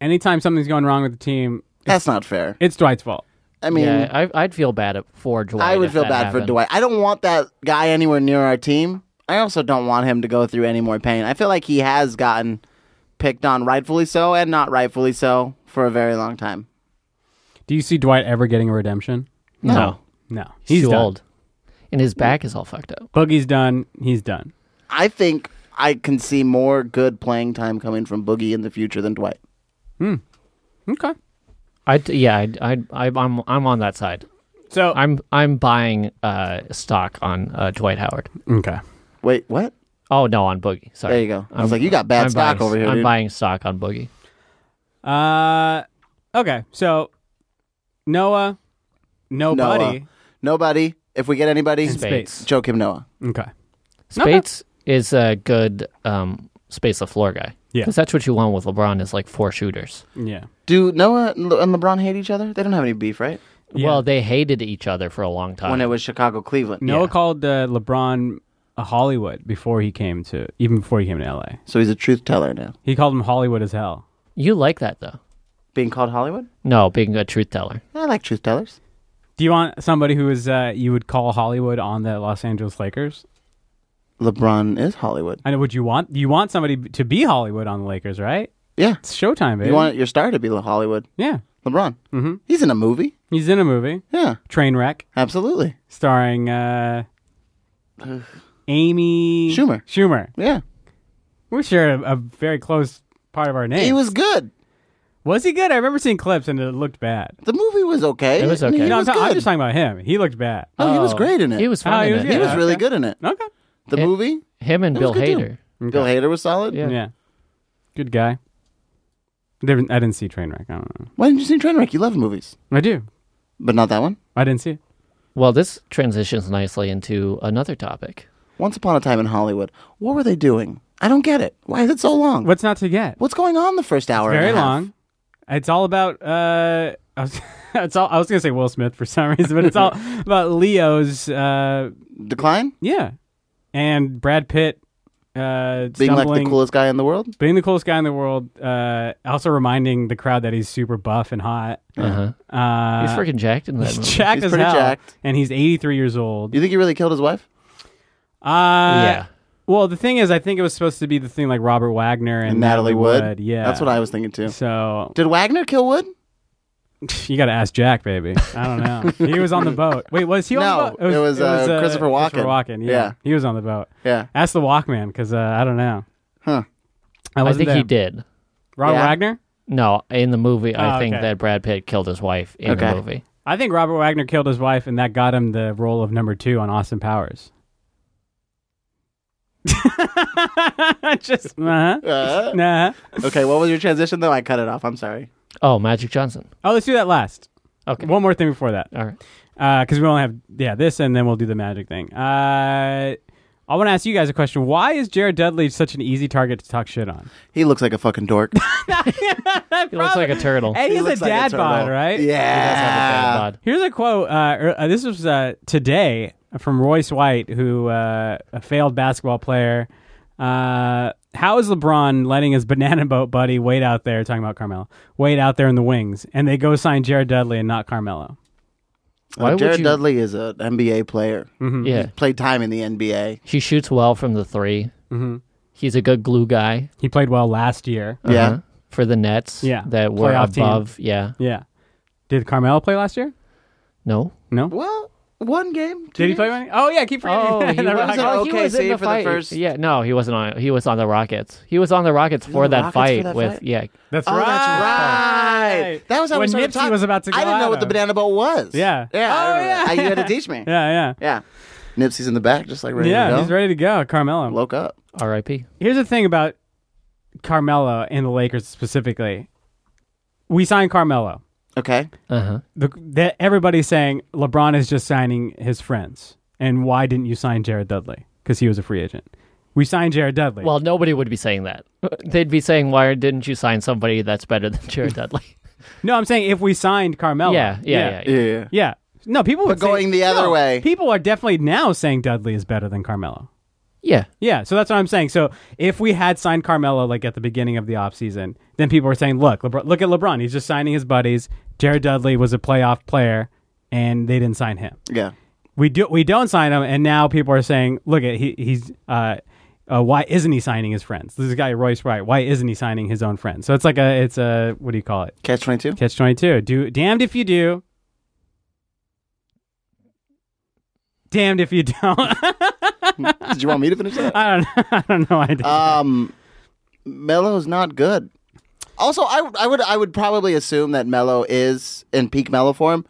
[SPEAKER 1] Anytime something's going wrong with the team,
[SPEAKER 2] That's not fair.
[SPEAKER 1] it's Dwight's fault.
[SPEAKER 2] I mean,
[SPEAKER 3] yeah, I, I'd feel bad at- for Dwight.
[SPEAKER 2] I would
[SPEAKER 3] if
[SPEAKER 2] feel
[SPEAKER 3] that
[SPEAKER 2] bad for
[SPEAKER 3] happened.
[SPEAKER 2] Dwight. I don't want that guy anywhere near our team. I also don't want him to go through any more pain. I feel like he has gotten picked on rightfully so and not rightfully so for a very long time.
[SPEAKER 1] Do you see Dwight ever getting a redemption?
[SPEAKER 3] No,
[SPEAKER 1] No,
[SPEAKER 3] he's
[SPEAKER 1] he's
[SPEAKER 3] too
[SPEAKER 1] done.
[SPEAKER 3] old, and his back is all fucked up.
[SPEAKER 1] Boogie's done. He's done.
[SPEAKER 2] I think I can see more good playing time coming from Boogie in the future than Dwight.
[SPEAKER 1] Okay.
[SPEAKER 3] I d- yeah, I, I, I I'm I'm on that side.
[SPEAKER 2] Oh.
[SPEAKER 1] So
[SPEAKER 3] I'm I'm buying uh, stock on uh, Dwight Howard.
[SPEAKER 1] okay.
[SPEAKER 2] Wait, what?
[SPEAKER 3] Oh no, on Boogie. Sorry.
[SPEAKER 2] There you go. I was like, you got bad
[SPEAKER 3] I'm
[SPEAKER 2] stock
[SPEAKER 3] buying,
[SPEAKER 2] over here,
[SPEAKER 3] I'm
[SPEAKER 2] dude.
[SPEAKER 3] buying stock on Boogie.
[SPEAKER 1] Uh, okay. So Noah, nobody.
[SPEAKER 2] Nobody. If we get anybody,
[SPEAKER 1] Spates.
[SPEAKER 3] Spates.
[SPEAKER 2] choke him Noah.
[SPEAKER 1] Okay. Okay.
[SPEAKER 3] Spates is a good um, space the floor guy.
[SPEAKER 1] Yeah.
[SPEAKER 3] Because that's what you want with LeBron is like four shooters.
[SPEAKER 1] Yeah.
[SPEAKER 2] Do Noah and Le- and LeBron hate each other? They don't have any beef, right?
[SPEAKER 1] Yeah.
[SPEAKER 3] Well, they hated each other for a long time.
[SPEAKER 2] When it was Chicago Cleveland.
[SPEAKER 1] Noah called uh, LeBron a Hollywood before he came to even before he came to L.A.
[SPEAKER 2] So he's a truth teller now.
[SPEAKER 1] He called him Hollywood as hell.
[SPEAKER 3] you like that though.
[SPEAKER 2] Being called Hollywood?
[SPEAKER 3] No, being a truth teller.
[SPEAKER 2] I like truth tellers.
[SPEAKER 1] Do you want somebody who is uh, you would call Hollywood on the Los Angeles Lakers?
[SPEAKER 2] LeBron is Hollywood.
[SPEAKER 1] I know. Would you want you want somebody b- to be Hollywood on the Lakers? Right?
[SPEAKER 2] Yeah.
[SPEAKER 1] It's Showtime, baby.
[SPEAKER 2] You want your star to be Le- Hollywood.
[SPEAKER 1] yeah.
[SPEAKER 2] LeBron.
[SPEAKER 1] hmm
[SPEAKER 2] He's in a movie.
[SPEAKER 1] He's in a movie,
[SPEAKER 2] Yeah,
[SPEAKER 1] Trainwreck,
[SPEAKER 2] absolutely.
[SPEAKER 1] starring uh, Amy
[SPEAKER 2] Schumer.
[SPEAKER 1] Schumer.
[SPEAKER 2] Yeah.
[SPEAKER 1] We share a, a very close part of our name.
[SPEAKER 2] He was good.
[SPEAKER 1] Was he good? I remember seeing clips and it looked bad.
[SPEAKER 2] The movie was okay.
[SPEAKER 3] It was
[SPEAKER 2] and
[SPEAKER 3] okay.
[SPEAKER 2] He
[SPEAKER 1] no,
[SPEAKER 2] was
[SPEAKER 1] I'm, ta- I'm
[SPEAKER 2] good.
[SPEAKER 1] just talking about him. He looked bad.
[SPEAKER 2] oh, he was great in it.
[SPEAKER 3] He was fun.
[SPEAKER 1] Oh, he
[SPEAKER 3] in
[SPEAKER 1] was
[SPEAKER 3] it.
[SPEAKER 1] good.
[SPEAKER 2] He was
[SPEAKER 1] Yeah,
[SPEAKER 2] really
[SPEAKER 1] okay.
[SPEAKER 2] good in it.
[SPEAKER 1] Okay.
[SPEAKER 2] The
[SPEAKER 3] It-
[SPEAKER 2] movie,
[SPEAKER 3] Him and
[SPEAKER 2] It was
[SPEAKER 3] Bill
[SPEAKER 2] good too.
[SPEAKER 3] Hader.
[SPEAKER 2] Bill Hader was solid.
[SPEAKER 3] Yeah.
[SPEAKER 1] Yeah. Good guy. Didn't- I didn't see Trainwreck. I don't know.
[SPEAKER 2] Why didn't you see Trainwreck? You love movies,
[SPEAKER 1] I do.
[SPEAKER 2] but not that one.
[SPEAKER 1] I didn't see it.
[SPEAKER 3] Well, this transitions nicely into another topic.
[SPEAKER 2] Once Upon a Time in Hollywood. What were they doing? I don't get it. Why is it so long?
[SPEAKER 1] What's not to get?
[SPEAKER 2] What's going on the first hour?
[SPEAKER 1] Very
[SPEAKER 2] and a half?
[SPEAKER 1] long. It's all about. Uh, I was, it's all. I was gonna say Will Smith for some reason, but it's all about Leo's. Uh,
[SPEAKER 2] decline.
[SPEAKER 1] yeah, and Brad Pitt. Uh,
[SPEAKER 2] Being like the
[SPEAKER 1] stumbling-
[SPEAKER 2] coolest guy in the world.
[SPEAKER 1] being the coolest guy in the world. Uh, also reminding the crowd that he's super buff and hot.
[SPEAKER 3] Uh-huh.
[SPEAKER 1] Uh,
[SPEAKER 3] He's freaking jacked in that
[SPEAKER 1] He's
[SPEAKER 3] movie.
[SPEAKER 1] jacked
[SPEAKER 2] He's
[SPEAKER 1] as
[SPEAKER 2] pretty
[SPEAKER 1] hell,
[SPEAKER 2] jacked.
[SPEAKER 1] and he's 83 years old. Uh,
[SPEAKER 2] You think he really killed his wife?
[SPEAKER 3] yeah.
[SPEAKER 1] Well, the thing is, I think it was supposed to be the thing like Robert Wagner and, Natalie, Wood. Yeah,
[SPEAKER 2] That's what I was thinking too.
[SPEAKER 1] So
[SPEAKER 2] Did Wagner kill Wood?
[SPEAKER 1] you got to ask Jack, baby. I don't know. he was on the boat. Wait, was he on
[SPEAKER 2] No,
[SPEAKER 1] the boat?
[SPEAKER 2] it was, uh, Christopher Walken.
[SPEAKER 1] Yeah,
[SPEAKER 2] Yeah.
[SPEAKER 1] he was on the boat.
[SPEAKER 2] Yeah.
[SPEAKER 1] Ask the Walkman because uh, I don't know.
[SPEAKER 2] Huh.
[SPEAKER 1] I,
[SPEAKER 3] I
[SPEAKER 1] wasn't
[SPEAKER 3] think
[SPEAKER 1] there.
[SPEAKER 3] he did.
[SPEAKER 1] Robert
[SPEAKER 2] Yeah.
[SPEAKER 1] Wagner.
[SPEAKER 3] No, in the movie, I
[SPEAKER 1] Oh,
[SPEAKER 3] think
[SPEAKER 1] okay.
[SPEAKER 3] that Brad Pitt killed his wife in
[SPEAKER 2] Okay.
[SPEAKER 3] the movie.
[SPEAKER 1] I think Robert Wagner killed his wife, and that got him the role of number two on Austin Powers. Just uh-huh. nah,
[SPEAKER 2] Uh,
[SPEAKER 1] nah.
[SPEAKER 2] okay. What was your transition though? I cut it off. I'm sorry.
[SPEAKER 3] Oh, Magic Johnson.
[SPEAKER 1] Oh, let's do that last.
[SPEAKER 3] Okay.
[SPEAKER 1] One more thing before that.
[SPEAKER 3] All right.
[SPEAKER 1] because we only have yeah this, and then we'll do the magic thing. Uh, I want to ask you guys a question. Why is Jared Dudley such an easy target to talk shit on?
[SPEAKER 2] He looks like a fucking dork.
[SPEAKER 3] He looks like a turtle.
[SPEAKER 1] And
[SPEAKER 2] He
[SPEAKER 1] he's a
[SPEAKER 2] looks like
[SPEAKER 1] dad
[SPEAKER 2] turtle.
[SPEAKER 1] bod, right?
[SPEAKER 2] Yeah.
[SPEAKER 3] Bad bod.
[SPEAKER 1] Here's a quote. Uh, er- uh, this was uh, today from Royce White, who uh, a failed basketball player. Uh, how is LeBron letting his banana boat buddy wait out there, talking about Carmelo, wait out there in the wings, and they go sign Jared Dudley and not Carmelo?
[SPEAKER 2] Uh,
[SPEAKER 3] Why would
[SPEAKER 2] Jared
[SPEAKER 3] you-
[SPEAKER 2] Dudley is an NBA player.
[SPEAKER 1] Mm. Mm-hmm.
[SPEAKER 3] Yeah.
[SPEAKER 2] Played time in the NBA.
[SPEAKER 3] He shoots well from the 3 Mm-hmm. He's a good glue guy.
[SPEAKER 1] He played well last year.
[SPEAKER 3] Uh-huh.
[SPEAKER 2] Yeah.
[SPEAKER 3] For the Nets.
[SPEAKER 1] Yeah.
[SPEAKER 3] That were
[SPEAKER 1] Playoff team.
[SPEAKER 3] above. Yeah.
[SPEAKER 1] Yeah. Did Carmelo play last year?
[SPEAKER 3] No.
[SPEAKER 1] No.
[SPEAKER 2] Well, one game. two
[SPEAKER 1] Did he
[SPEAKER 2] games?
[SPEAKER 1] play one? Oh yeah, keep
[SPEAKER 3] Oh, he
[SPEAKER 1] forgetting. The
[SPEAKER 3] was,
[SPEAKER 1] Rockets.
[SPEAKER 2] on
[SPEAKER 3] oh, he was
[SPEAKER 2] OKC
[SPEAKER 3] in the
[SPEAKER 2] for the
[SPEAKER 3] fight.
[SPEAKER 2] first-
[SPEAKER 3] Yeah, no, he wasn't on. He was on the Rockets. He was on the Rockets
[SPEAKER 2] on
[SPEAKER 3] for
[SPEAKER 2] the Rockets
[SPEAKER 3] that
[SPEAKER 2] for
[SPEAKER 3] fight
[SPEAKER 2] that
[SPEAKER 3] with
[SPEAKER 2] fight?
[SPEAKER 3] yeah.
[SPEAKER 1] That's
[SPEAKER 2] Oh,
[SPEAKER 1] right.
[SPEAKER 2] that's right. That was how we
[SPEAKER 1] when
[SPEAKER 2] started
[SPEAKER 1] Nipsey
[SPEAKER 2] talking.
[SPEAKER 1] was about to. Go
[SPEAKER 2] I didn't know
[SPEAKER 1] out
[SPEAKER 2] what the
[SPEAKER 1] of.
[SPEAKER 2] banana boat was.
[SPEAKER 1] Yeah.
[SPEAKER 2] Yeah. I
[SPEAKER 1] Oh,
[SPEAKER 2] remember that.
[SPEAKER 1] yeah.
[SPEAKER 2] I- you had to teach me.
[SPEAKER 1] Yeah,
[SPEAKER 2] Yeah. Nipsey's in the back, just like
[SPEAKER 1] yeah,
[SPEAKER 2] ready to
[SPEAKER 1] yeah.
[SPEAKER 2] go.
[SPEAKER 1] He's ready to go, Carmelo.
[SPEAKER 2] Look up.
[SPEAKER 3] R.I.P.
[SPEAKER 1] Here's the thing about Carmelo and the Lakers specifically. We signed Carmelo.
[SPEAKER 2] Okay.
[SPEAKER 3] Uh huh.
[SPEAKER 1] The, that everybody's saying LeBron is just signing his friends, and why didn't you sign Jared Dudley? Because he was a free agent. We signed Jared Dudley.
[SPEAKER 3] Well, nobody would be saying that. They'd be saying, "Why didn't you sign somebody that's better than Jared Dudley?"
[SPEAKER 1] no, I'm saying if we signed Carmelo.
[SPEAKER 3] Oh, yeah, yeah, yeah, yeah.
[SPEAKER 2] Yeah.
[SPEAKER 1] Yeah. No, people would say-
[SPEAKER 2] going the other
[SPEAKER 1] No,
[SPEAKER 2] way.
[SPEAKER 1] People are definitely now saying Dudley is better than Carmelo.
[SPEAKER 3] Yeah.
[SPEAKER 1] Yeah, so that's what I'm saying. So if we had signed Carmelo like at the beginning of the offseason, then people were saying, "Look, LeBron, look at LeBron. He's just signing his buddies. Jared Dudley was a playoff player, and they didn't sign him.
[SPEAKER 2] Yeah.
[SPEAKER 1] We do we don't sign him, and now people are saying, "Look at he, he's uh, uh, why isn't he signing his friends? This is guy Royce Wright. Why isn't he signing his own friends? So it's like a it's a what do you call it?
[SPEAKER 2] Catch 22.
[SPEAKER 1] Catch twenty two. Do damned if you do, damned if you don't.
[SPEAKER 2] Did you want me to finish that?
[SPEAKER 1] I don't I don't know. I
[SPEAKER 2] Um, Melo's not good. Also, I, I would I would probably assume that Melo is in peak Melo form,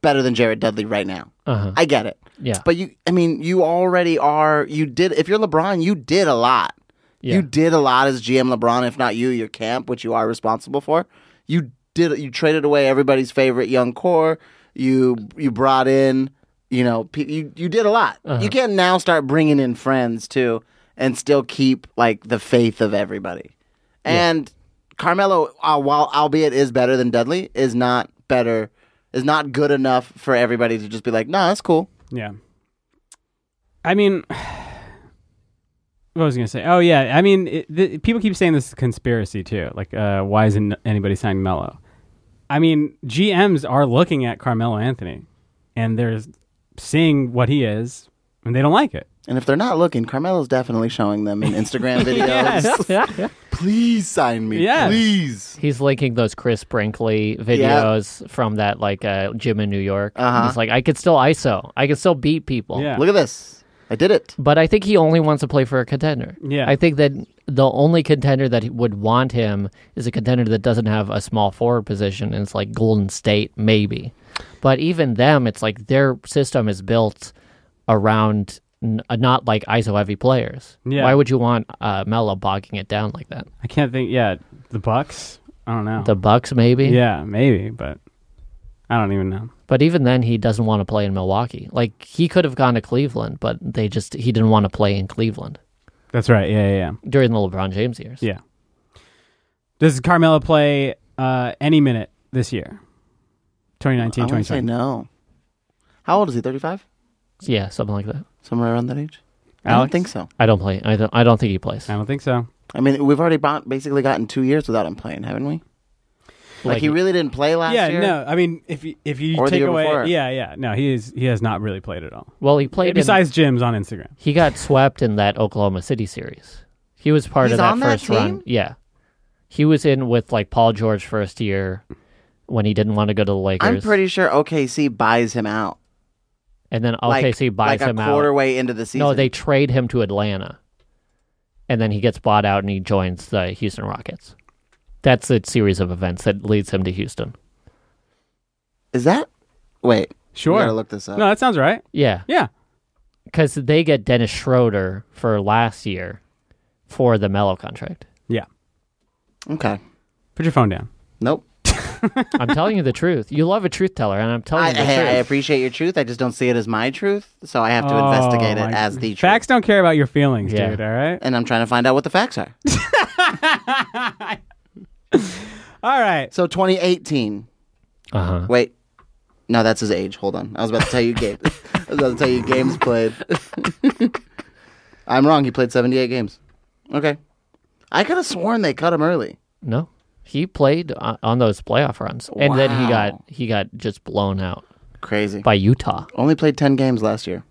[SPEAKER 2] better than Jared Dudley right now.
[SPEAKER 3] Uh huh.
[SPEAKER 2] I get it,
[SPEAKER 3] Yeah.
[SPEAKER 2] but you I mean you already are. You did if you're LeBron, you did a lot.
[SPEAKER 3] Yeah.
[SPEAKER 2] You did a lot as GM LeBron. If not you, your camp, which you are responsible for, you did. You traded away everybody's favorite young core. You you brought in, you know, pe- you you did a lot.
[SPEAKER 3] Uh-huh.
[SPEAKER 2] You can't now start bringing in friends too, and still keep like the faith of everybody. And Carmelo, uh, while albeit is better than Dudley, is not better. Is not good enough for everybody to just be like, nah, that's cool.
[SPEAKER 1] Yeah. I mean, what was I going to say? Oh, yeah. I mean, it, the, people keep saying this is a conspiracy, too. Like, uh, why isn't anybody signing Mello? I mean, GMs are looking at Carmelo Anthony. and they're seeing what he is, and they don't like it.
[SPEAKER 2] And if they're not looking, Carmelo's definitely showing them in Instagram videos. Please sign me.
[SPEAKER 1] Yes.
[SPEAKER 2] Please.
[SPEAKER 3] He's linking those Chris Brinkley videos from that like uh, gym in New York.
[SPEAKER 2] Uh-huh.
[SPEAKER 3] He's like, I could still ISO, I could still beat people.
[SPEAKER 1] Yeah.
[SPEAKER 2] Oh, Look at this. I did it.
[SPEAKER 3] But I think he only wants to play for a contender.
[SPEAKER 1] Yeah.
[SPEAKER 3] I think that the only contender that would want him is a contender that doesn't have a small forward position, and it's like Golden State, maybe. But even them, it's like their system is built around n- uh, not like ISO heavy players.
[SPEAKER 1] Yeah.
[SPEAKER 3] Why would you want uh, Melo bogging it down like that?
[SPEAKER 1] I can't think. Yeah, the Bucks. I don't know.
[SPEAKER 3] The Bucks, maybe.
[SPEAKER 1] yeah, maybe, but I don't even know.
[SPEAKER 3] But even then, he doesn't want to play in Milwaukee. Like he could have gone to Cleveland, but they just he didn't want to play in Cleveland
[SPEAKER 1] That's right. Yeah, yeah, yeah.
[SPEAKER 3] during the LeBron James years.
[SPEAKER 1] Yeah. Does Carmelo play uh, any minute this year? 2019,
[SPEAKER 2] I wanna say
[SPEAKER 1] 2020.
[SPEAKER 2] no. How old is he? 35?
[SPEAKER 3] yeah, something like that.
[SPEAKER 2] Somewhere around that age? I don't
[SPEAKER 1] Alex?
[SPEAKER 2] think so.
[SPEAKER 3] I don't play. I don't. I don't think he plays.
[SPEAKER 1] I don't think so.
[SPEAKER 2] I mean, we've already bought, basically gotten two years without him playing, haven't we? Like,
[SPEAKER 3] Like-
[SPEAKER 2] he really didn't play last
[SPEAKER 1] yeah,
[SPEAKER 2] year.
[SPEAKER 1] no. I mean, if you if you
[SPEAKER 2] Or the
[SPEAKER 1] take
[SPEAKER 2] year
[SPEAKER 1] away,
[SPEAKER 2] before.
[SPEAKER 1] yeah, yeah, no, he is he has not really played at all.
[SPEAKER 3] Well, he played. in-
[SPEAKER 1] Besides Jim's on Instagram.
[SPEAKER 3] he got swept in that Oklahoma City series. He was part
[SPEAKER 2] He's
[SPEAKER 3] of that
[SPEAKER 2] on that
[SPEAKER 3] first run.
[SPEAKER 2] team?
[SPEAKER 3] Yeah, he was in with like Paul George first year when he didn't want to go to the Lakers.
[SPEAKER 2] I'm pretty sure OKC buys him out.
[SPEAKER 3] And then
[SPEAKER 2] Like-
[SPEAKER 3] OKC buys
[SPEAKER 2] like a
[SPEAKER 3] him
[SPEAKER 2] quarter
[SPEAKER 3] out.
[SPEAKER 2] way into the season.
[SPEAKER 3] No, they trade him to Atlanta, and then he gets bought out and he joins the Houston Rockets. That's a series of events that leads him to Houston.
[SPEAKER 2] Is that? Wait. We
[SPEAKER 1] Sure.
[SPEAKER 2] gotta look this up.
[SPEAKER 1] No, that sounds right.
[SPEAKER 3] Yeah,
[SPEAKER 1] Yeah.
[SPEAKER 3] because they get Dennis Schroeder for last year for the Mello contract.
[SPEAKER 1] Yeah.
[SPEAKER 2] Okay.
[SPEAKER 1] Put your phone down.
[SPEAKER 2] Nope.
[SPEAKER 3] I'm telling you the truth. You love a truth teller, and I'm telling
[SPEAKER 2] I,
[SPEAKER 3] you the
[SPEAKER 2] hey, I
[SPEAKER 3] truth.
[SPEAKER 2] appreciate your truth. I just don't see it as my truth, so I have to
[SPEAKER 1] Oh,
[SPEAKER 2] investigate it
[SPEAKER 1] my-
[SPEAKER 2] as the truth.
[SPEAKER 1] Facts don't care about your feelings,
[SPEAKER 3] Yeah.
[SPEAKER 1] dude, all right?
[SPEAKER 2] And I'm trying to find out what the facts are.
[SPEAKER 1] All right.
[SPEAKER 2] So 2018.
[SPEAKER 3] uh huh.
[SPEAKER 2] Wait. No, that's his age. Hold on. I was about to tell you game. I was about to tell you games played. I'm wrong. He played 78 games. Okay. I could have sworn they cut him early.
[SPEAKER 3] No, he played on, on those playoff runs, and then he
[SPEAKER 2] Wow.
[SPEAKER 3] got he got just blown out
[SPEAKER 2] Crazy.
[SPEAKER 3] by Utah.
[SPEAKER 2] Only played 10 games last year.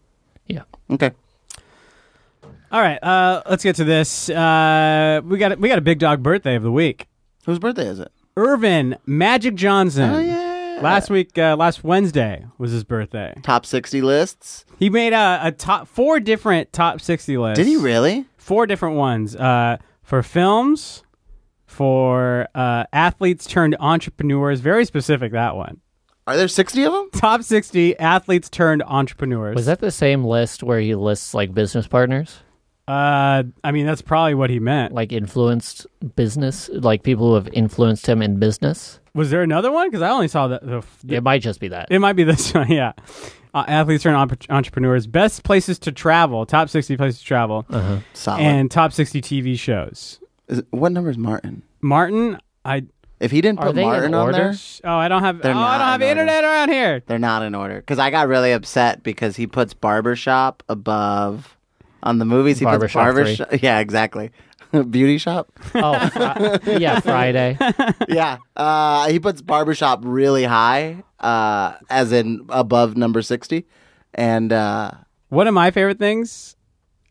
[SPEAKER 3] Yeah.
[SPEAKER 2] Okay.
[SPEAKER 1] All right. Uh, let's get to this. Uh, we got a, we got a big dog birthday of the week.
[SPEAKER 2] Whose birthday is it?
[SPEAKER 1] Irvin Magic Johnson.
[SPEAKER 2] Oh yeah.
[SPEAKER 1] Last week, uh, last Wednesday was his birthday.
[SPEAKER 2] top 60 lists.
[SPEAKER 1] He made a, a top four different top sixty lists.
[SPEAKER 2] Did he really?
[SPEAKER 1] Four different ones uh, for films, for uh, athletes turned entrepreneurs. Very specific that one.
[SPEAKER 2] Are there 60 of them?
[SPEAKER 1] Top sixty athletes turned entrepreneurs.
[SPEAKER 3] Was that the same list where he lists like business partners,
[SPEAKER 1] Uh, I mean, that's probably what he meant.
[SPEAKER 3] like influenced business, like people who have influenced him in business?
[SPEAKER 1] Was there another one? Because I only saw the. the, the-
[SPEAKER 3] It might just be that.
[SPEAKER 1] it might be this one. Yeah, uh, athletes turn op- entrepreneurs. Best places to travel. Top sixty places to travel,
[SPEAKER 2] Uh-huh. Solid.
[SPEAKER 1] and top sixty TV shows.
[SPEAKER 2] Is- what number is Martin?
[SPEAKER 1] Martin, I
[SPEAKER 2] If he didn't
[SPEAKER 3] Are
[SPEAKER 2] put
[SPEAKER 3] they in
[SPEAKER 2] Martin on there,
[SPEAKER 3] order?
[SPEAKER 1] oh I don't have oh
[SPEAKER 2] They're
[SPEAKER 1] I
[SPEAKER 2] not
[SPEAKER 1] don't have
[SPEAKER 2] in order.
[SPEAKER 1] internet around here.
[SPEAKER 2] they're not in order. Because I got really upset because he puts barbershop above on the movies. He
[SPEAKER 3] Barbershop
[SPEAKER 2] puts barbershop. Yeah, exactly. Beauty shop.
[SPEAKER 3] Oh, Fri- yeah, Friday.
[SPEAKER 2] yeah. Uh, he puts barbershop really high, uh, as in above number 60. And uh,
[SPEAKER 1] One of my favorite things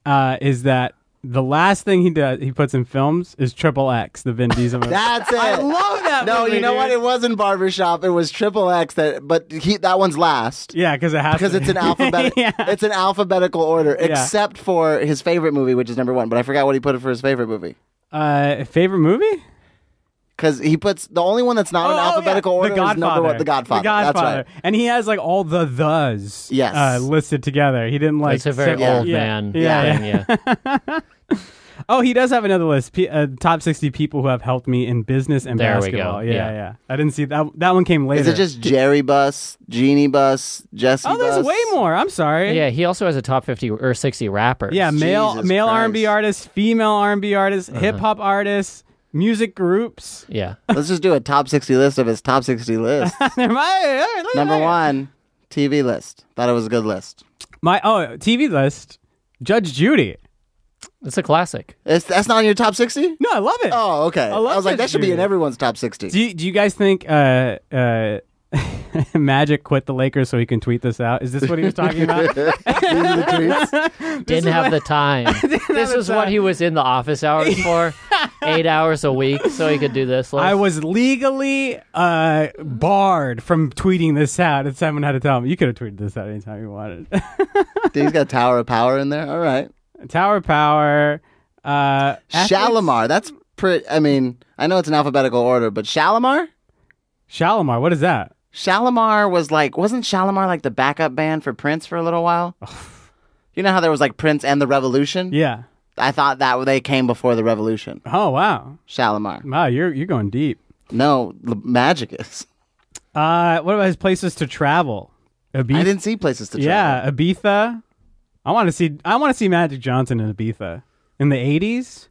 [SPEAKER 1] uh, is that the last thing he does he puts in films is Triple X, the Vin Diesel. movie.
[SPEAKER 2] that's it.
[SPEAKER 1] I love that.
[SPEAKER 2] no,
[SPEAKER 1] movie,
[SPEAKER 2] you know
[SPEAKER 1] dude.
[SPEAKER 2] what? It wasn't barbershop. It was triple X. That, but he, that one's last.
[SPEAKER 1] yeah, because it has
[SPEAKER 2] because
[SPEAKER 1] to
[SPEAKER 2] it's an
[SPEAKER 1] be.
[SPEAKER 2] alphabet
[SPEAKER 1] yeah.
[SPEAKER 2] it's an alphabetical order except for his favorite movie which is number one but i forgot what he put it for his favorite movie
[SPEAKER 1] uh, favorite movie.
[SPEAKER 2] because he puts the only one that's not
[SPEAKER 1] Oh,
[SPEAKER 2] in
[SPEAKER 1] oh, yeah.
[SPEAKER 2] alphabetical order
[SPEAKER 1] The
[SPEAKER 2] is number one the godfather,
[SPEAKER 1] The Godfather.
[SPEAKER 2] that's right
[SPEAKER 1] And he has like all the thes
[SPEAKER 2] Yes.
[SPEAKER 1] uh, listed together. He didn't like.
[SPEAKER 3] It's a very
[SPEAKER 1] sep-
[SPEAKER 3] old
[SPEAKER 1] yeah,
[SPEAKER 3] man
[SPEAKER 1] Yeah. yeah.
[SPEAKER 3] thing. Yeah.
[SPEAKER 1] Oh, he does have another list. P- uh, top sixty people who have helped me in business and
[SPEAKER 3] There we
[SPEAKER 1] basketball.
[SPEAKER 3] go.
[SPEAKER 1] Yeah, yeah,
[SPEAKER 3] Yeah.
[SPEAKER 1] I didn't see that. That one came later.
[SPEAKER 2] is it just jerry bus genie bus jesse
[SPEAKER 1] Oh, there's
[SPEAKER 2] bus?
[SPEAKER 1] way more. I'm sorry.
[SPEAKER 3] yeah. He also has a top fifty or sixty rappers.
[SPEAKER 1] Yeah, male
[SPEAKER 2] Jesus
[SPEAKER 1] male
[SPEAKER 2] Christ. Uh-huh.
[SPEAKER 1] R&B artists, female R&B artists, hip hop artists, music groups.
[SPEAKER 3] Yeah.
[SPEAKER 2] let's just do a top 60 list of his top 60 list
[SPEAKER 1] There might- all right, look at
[SPEAKER 2] number
[SPEAKER 1] that.
[SPEAKER 2] one tv list thought it was a good list
[SPEAKER 1] My oh, TV list, Judge Judy.
[SPEAKER 3] It's a classic.
[SPEAKER 2] it's, that's not in your top 60
[SPEAKER 1] No, I love it.
[SPEAKER 2] oh okay i,
[SPEAKER 1] love
[SPEAKER 2] was like
[SPEAKER 1] this
[SPEAKER 2] that should be
[SPEAKER 1] dude.
[SPEAKER 2] in everyone's top 60
[SPEAKER 1] Do you, do you guys think uh uh Magic quit the Lakers so he can tweet this out. Is this what he was talking about?
[SPEAKER 3] Didn't have the time. this
[SPEAKER 1] the
[SPEAKER 3] is what
[SPEAKER 1] time.
[SPEAKER 3] he was in the office hours for, eight hours a week, so he could do this. List.
[SPEAKER 1] I was legally uh, barred from tweeting this out, and someone had to tell me you could have tweeted this out anytime you wanted.
[SPEAKER 2] He's got Tower of Power in there. All right.
[SPEAKER 1] Tower Power. Uh, athletes-
[SPEAKER 2] Shalimar. That's pretty. I mean, I know it's in alphabetical order, but Shalimar?
[SPEAKER 1] Shalimar. What is that?
[SPEAKER 2] Shalimar was like, wasn't Shalimar like the backup band for Prince for a little while? you know how there was like Prince and the Revolution?
[SPEAKER 1] Yeah.
[SPEAKER 2] I thought that they came before the Revolution.
[SPEAKER 1] Oh wow.
[SPEAKER 2] Shalimar.
[SPEAKER 1] Wow, you're you're going deep.
[SPEAKER 2] No, L- Magic is.
[SPEAKER 1] Uh, what about his places to travel? Ibiza.
[SPEAKER 2] I didn't see places to travel.
[SPEAKER 1] Yeah, Ibiza. I want to see. I want to see Magic Johnson in Ibiza in the eighties.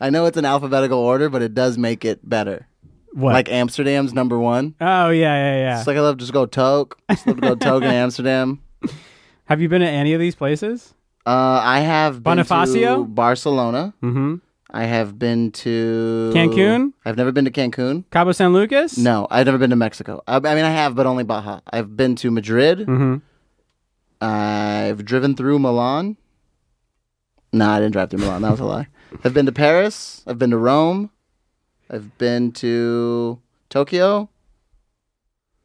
[SPEAKER 2] I know it's in alphabetical order, but it does make it better.
[SPEAKER 1] What?
[SPEAKER 2] Like Amsterdam's number one.
[SPEAKER 1] oh yeah, yeah, yeah.
[SPEAKER 2] It's like I love to just go Toke. Just love to go Toke in Amsterdam.
[SPEAKER 1] Have you been to any of these places?
[SPEAKER 2] Uh, I have been
[SPEAKER 1] Bonifacio?
[SPEAKER 2] to Barcelona.
[SPEAKER 1] Mm-hmm.
[SPEAKER 2] I have been to
[SPEAKER 1] Cancun?
[SPEAKER 2] I've never been to Cancun.
[SPEAKER 1] Cabo San Lucas.
[SPEAKER 2] No, I've never been to Mexico. I, I mean, I have, but only Baja. I've been to Madrid.
[SPEAKER 1] Mm-hmm.
[SPEAKER 2] I've driven through Milan. No, I didn't drive through Milan. That was a lie. I've been to Paris. I've been to Rome. I've been to Tokyo.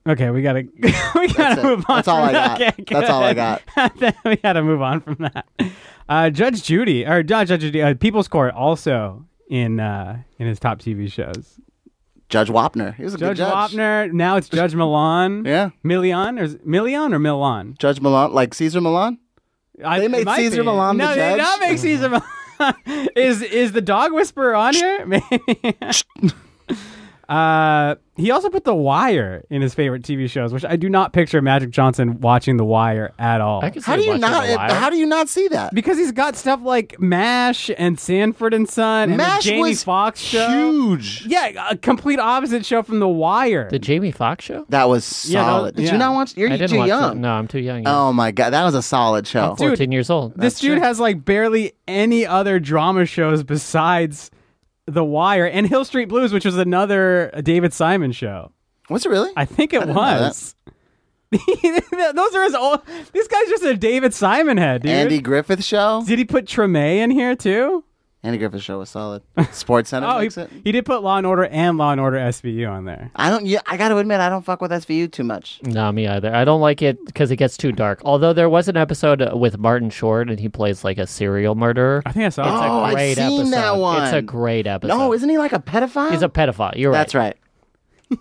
[SPEAKER 1] Okay, we gotta we gotta
[SPEAKER 2] it.
[SPEAKER 1] move on.
[SPEAKER 2] That's all
[SPEAKER 1] from
[SPEAKER 2] I
[SPEAKER 1] that.
[SPEAKER 2] got.
[SPEAKER 1] Okay,
[SPEAKER 2] That's all I
[SPEAKER 1] good. we gotta move on from that. Uh, Judge Judy or not Judge Judy, uh, People's Court also in uh, in his top TV shows.
[SPEAKER 2] Judge Wapner. He was a
[SPEAKER 1] Judge
[SPEAKER 2] good judge.
[SPEAKER 1] Wapner. Now it's Judge Milan.
[SPEAKER 2] Yeah.
[SPEAKER 1] Milian or is- Milian or Milan?
[SPEAKER 2] Judge Milan, like Caesar Milan.
[SPEAKER 1] I,
[SPEAKER 2] They
[SPEAKER 1] it
[SPEAKER 2] made
[SPEAKER 1] might
[SPEAKER 2] Caesar Milan the
[SPEAKER 1] No, they did
[SPEAKER 2] judge?
[SPEAKER 1] not make Caesar Milan. is is the dog whisperer on here? Maybe. uh, he also put The Wire in his favorite TV shows, which I do not picture Magic Johnson watching The Wire at all.
[SPEAKER 3] I could see
[SPEAKER 2] How do you
[SPEAKER 3] watching
[SPEAKER 2] not?
[SPEAKER 3] The Wire.
[SPEAKER 2] How do you not see that?
[SPEAKER 1] Because he's got stuff like Mash and Sanford and Son and
[SPEAKER 2] Mash
[SPEAKER 1] the Jamie
[SPEAKER 2] was
[SPEAKER 1] Fox show.
[SPEAKER 2] huge.
[SPEAKER 1] Yeah, a complete opposite show from The Wire.
[SPEAKER 3] the Jamie Foxx show?
[SPEAKER 2] That was
[SPEAKER 1] Yeah, that
[SPEAKER 2] solid.
[SPEAKER 1] was-
[SPEAKER 2] Did
[SPEAKER 1] yeah.
[SPEAKER 2] you not watch? You're
[SPEAKER 3] I didn't
[SPEAKER 2] too
[SPEAKER 3] watch
[SPEAKER 2] young.
[SPEAKER 3] That. No, I'm too young. yeah.
[SPEAKER 2] Oh my god, that was a solid show.
[SPEAKER 1] dude,
[SPEAKER 3] 14 years old.
[SPEAKER 1] this dude has like barely any other drama shows besides The Wire and Hill Street Blues, which was another David Simon show.
[SPEAKER 2] Was it really?
[SPEAKER 1] I think it
[SPEAKER 2] didn't know that.
[SPEAKER 1] was. Those are his old. This guy's just a David Simon head, dude.
[SPEAKER 2] Andy Griffith show.
[SPEAKER 1] Did he put Treme in here too?
[SPEAKER 2] Andy Griffith show was solid. Sports Center
[SPEAKER 1] Oh, he,
[SPEAKER 2] makes it.
[SPEAKER 1] he did put Law and Order and Law and Order SVU on there.
[SPEAKER 2] I don't. Yeah, I got to admit, I don't fuck with SVU too much.
[SPEAKER 3] No, me either. I don't like it because it gets too dark. Although there was an episode with Martin Short and he plays like a serial murderer.
[SPEAKER 1] I think I saw.
[SPEAKER 2] Oh, I've
[SPEAKER 3] It's a great
[SPEAKER 2] seen
[SPEAKER 3] episode.
[SPEAKER 2] that
[SPEAKER 3] It's a
[SPEAKER 2] one.
[SPEAKER 3] great episode.
[SPEAKER 2] No, isn't he like a pedophile?
[SPEAKER 3] he's a pedophile. You're
[SPEAKER 2] That's right.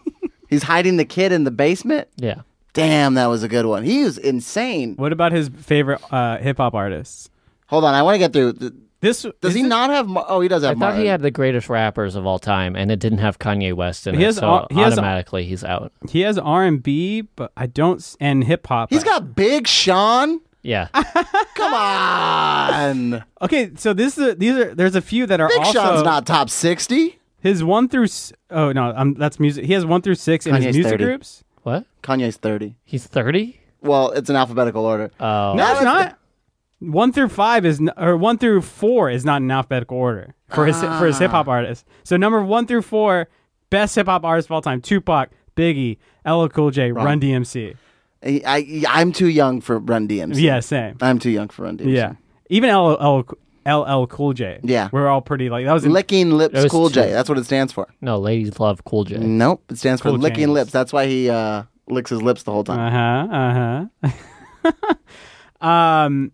[SPEAKER 2] He's hiding the kid in the basement.
[SPEAKER 3] Yeah.
[SPEAKER 2] Damn, that was a good one. He was insane.
[SPEAKER 1] What about his favorite uh, hip hop artists?
[SPEAKER 2] Hold on, I want to get through. Th-
[SPEAKER 1] This
[SPEAKER 2] Does
[SPEAKER 1] is
[SPEAKER 2] he
[SPEAKER 1] it-
[SPEAKER 2] not have? Mar- oh, he does
[SPEAKER 3] I
[SPEAKER 2] have.
[SPEAKER 3] thought
[SPEAKER 2] Martin.
[SPEAKER 3] he had the greatest rappers of all time, and it didn't have Kanye West in
[SPEAKER 1] He
[SPEAKER 3] it,
[SPEAKER 1] has
[SPEAKER 3] so
[SPEAKER 1] all- he has-
[SPEAKER 3] automatically he's out.
[SPEAKER 1] He has R and B, but I don't s- and hip hop.
[SPEAKER 2] He's got Big Sean.
[SPEAKER 3] Yeah,
[SPEAKER 2] Come on,
[SPEAKER 1] okay. So this is these are there's a few that are
[SPEAKER 2] Big
[SPEAKER 1] Ah! also
[SPEAKER 2] Sean's not top sixty.
[SPEAKER 1] his one through. s- Oh no, um, that's music. He has one through six in his
[SPEAKER 2] Kanye's
[SPEAKER 1] music
[SPEAKER 2] 30.
[SPEAKER 1] groups.
[SPEAKER 3] what?
[SPEAKER 2] Kanye's thirty.
[SPEAKER 3] He's thirty.
[SPEAKER 2] Well, it's in alphabetical order.
[SPEAKER 3] Oh,
[SPEAKER 1] No, it's
[SPEAKER 2] that's-
[SPEAKER 1] not. One through five is n- or one through four is not in alphabetical order for his for his hip hop artists. So number one through four, best hip hop artists of all time: Tupac, Biggie, LL Cool J, Run DMC.
[SPEAKER 2] I, I I'm too young for Run DMC.
[SPEAKER 1] Yeah, same.
[SPEAKER 2] I'm too young for Run DMC.
[SPEAKER 1] Yeah, even LL, LL Cool J.
[SPEAKER 2] Yeah.
[SPEAKER 1] we're all pretty like that was in
[SPEAKER 2] Licking lips,
[SPEAKER 3] was
[SPEAKER 2] Cool J.
[SPEAKER 3] two.
[SPEAKER 2] That's what it stands for.
[SPEAKER 3] no, ladies love Cool J.
[SPEAKER 2] Nope, it stands for
[SPEAKER 1] Cool
[SPEAKER 2] licking
[SPEAKER 1] James.
[SPEAKER 2] lips. That's why he uh, licks his lips the whole time.
[SPEAKER 1] Uh huh. Uh huh. um,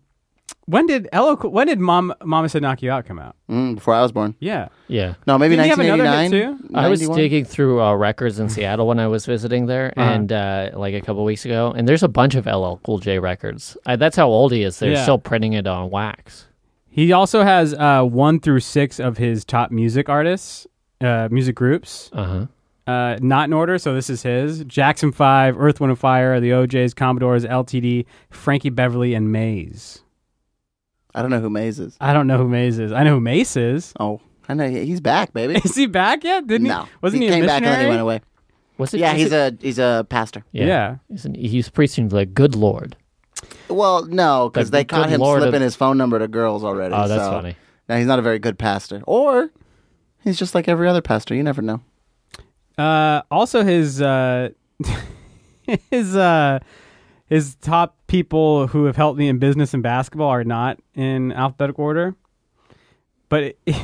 [SPEAKER 1] when did Elo? When did Mom Mama said knock you out come out?
[SPEAKER 2] Mm, before I was born.
[SPEAKER 1] Yeah.
[SPEAKER 3] Yeah.
[SPEAKER 2] No, maybe
[SPEAKER 1] Didn't he have another hit
[SPEAKER 2] 1989.
[SPEAKER 3] I was
[SPEAKER 2] 91?
[SPEAKER 3] digging through uh, records in Seattle when I was visiting there, and uh, like a couple weeks ago, and there's a bunch of LL Cool J records. Uh, that's how old he is. They're
[SPEAKER 1] Yeah.
[SPEAKER 3] still printing it on wax.
[SPEAKER 1] He also has uh, one through six of his top music artists, uh, music groups,
[SPEAKER 3] Uh huh.
[SPEAKER 1] uh, not in order. So this is his: Jackson Five, Earth, Wind and Fire, the OJ's, Commodores, LTD, Frankie Beverly, and Maze.
[SPEAKER 2] I don't know who Maze is.
[SPEAKER 1] I don't know who Maze is. I know who Mace is.
[SPEAKER 2] Oh, I know he- he's back, baby.
[SPEAKER 1] Is he back yet? Didn't
[SPEAKER 2] no,
[SPEAKER 1] he? Wasn't he,
[SPEAKER 2] he came
[SPEAKER 1] a
[SPEAKER 2] back and then he
[SPEAKER 1] missionary?
[SPEAKER 2] went away.
[SPEAKER 3] Was it?
[SPEAKER 2] Yeah,
[SPEAKER 3] was
[SPEAKER 2] he's
[SPEAKER 3] it-
[SPEAKER 2] a he's a pastor.
[SPEAKER 1] Yeah.
[SPEAKER 3] He's, an, he's preaching to the good Lord.
[SPEAKER 2] Well, no, because
[SPEAKER 3] The
[SPEAKER 2] they
[SPEAKER 3] good
[SPEAKER 2] caught him
[SPEAKER 3] Lord of-
[SPEAKER 2] slipping his phone number to girls already.
[SPEAKER 3] Oh, that's
[SPEAKER 2] so-
[SPEAKER 3] funny.
[SPEAKER 2] Now he's not a very good pastor, or he's just like every other pastor. You never know.
[SPEAKER 1] Uh, also, his uh, his uh, his top people who have helped me in business and basketball are not in alphabetical order, but it-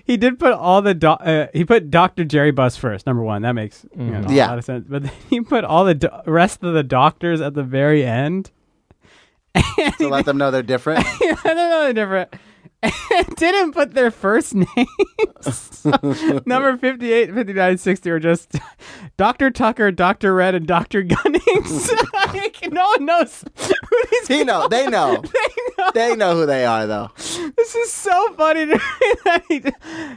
[SPEAKER 1] he did put all the doc uh, he put Doctor Jerry Buss first, number one. That makes you know, a
[SPEAKER 2] Yeah.
[SPEAKER 1] lot of sense. But then he put all the do- rest of the doctors at the very end.
[SPEAKER 2] to let them know they're different.
[SPEAKER 1] I don't know the different. didn't put their first names. So, number 58, 59, 60 are just Dr. Tucker, Dr. Red, and Dr. Gunnings. like, no one knows who these
[SPEAKER 2] he know. They know.
[SPEAKER 1] people
[SPEAKER 2] They know who they are, though.
[SPEAKER 1] This is so funny to me. That he just,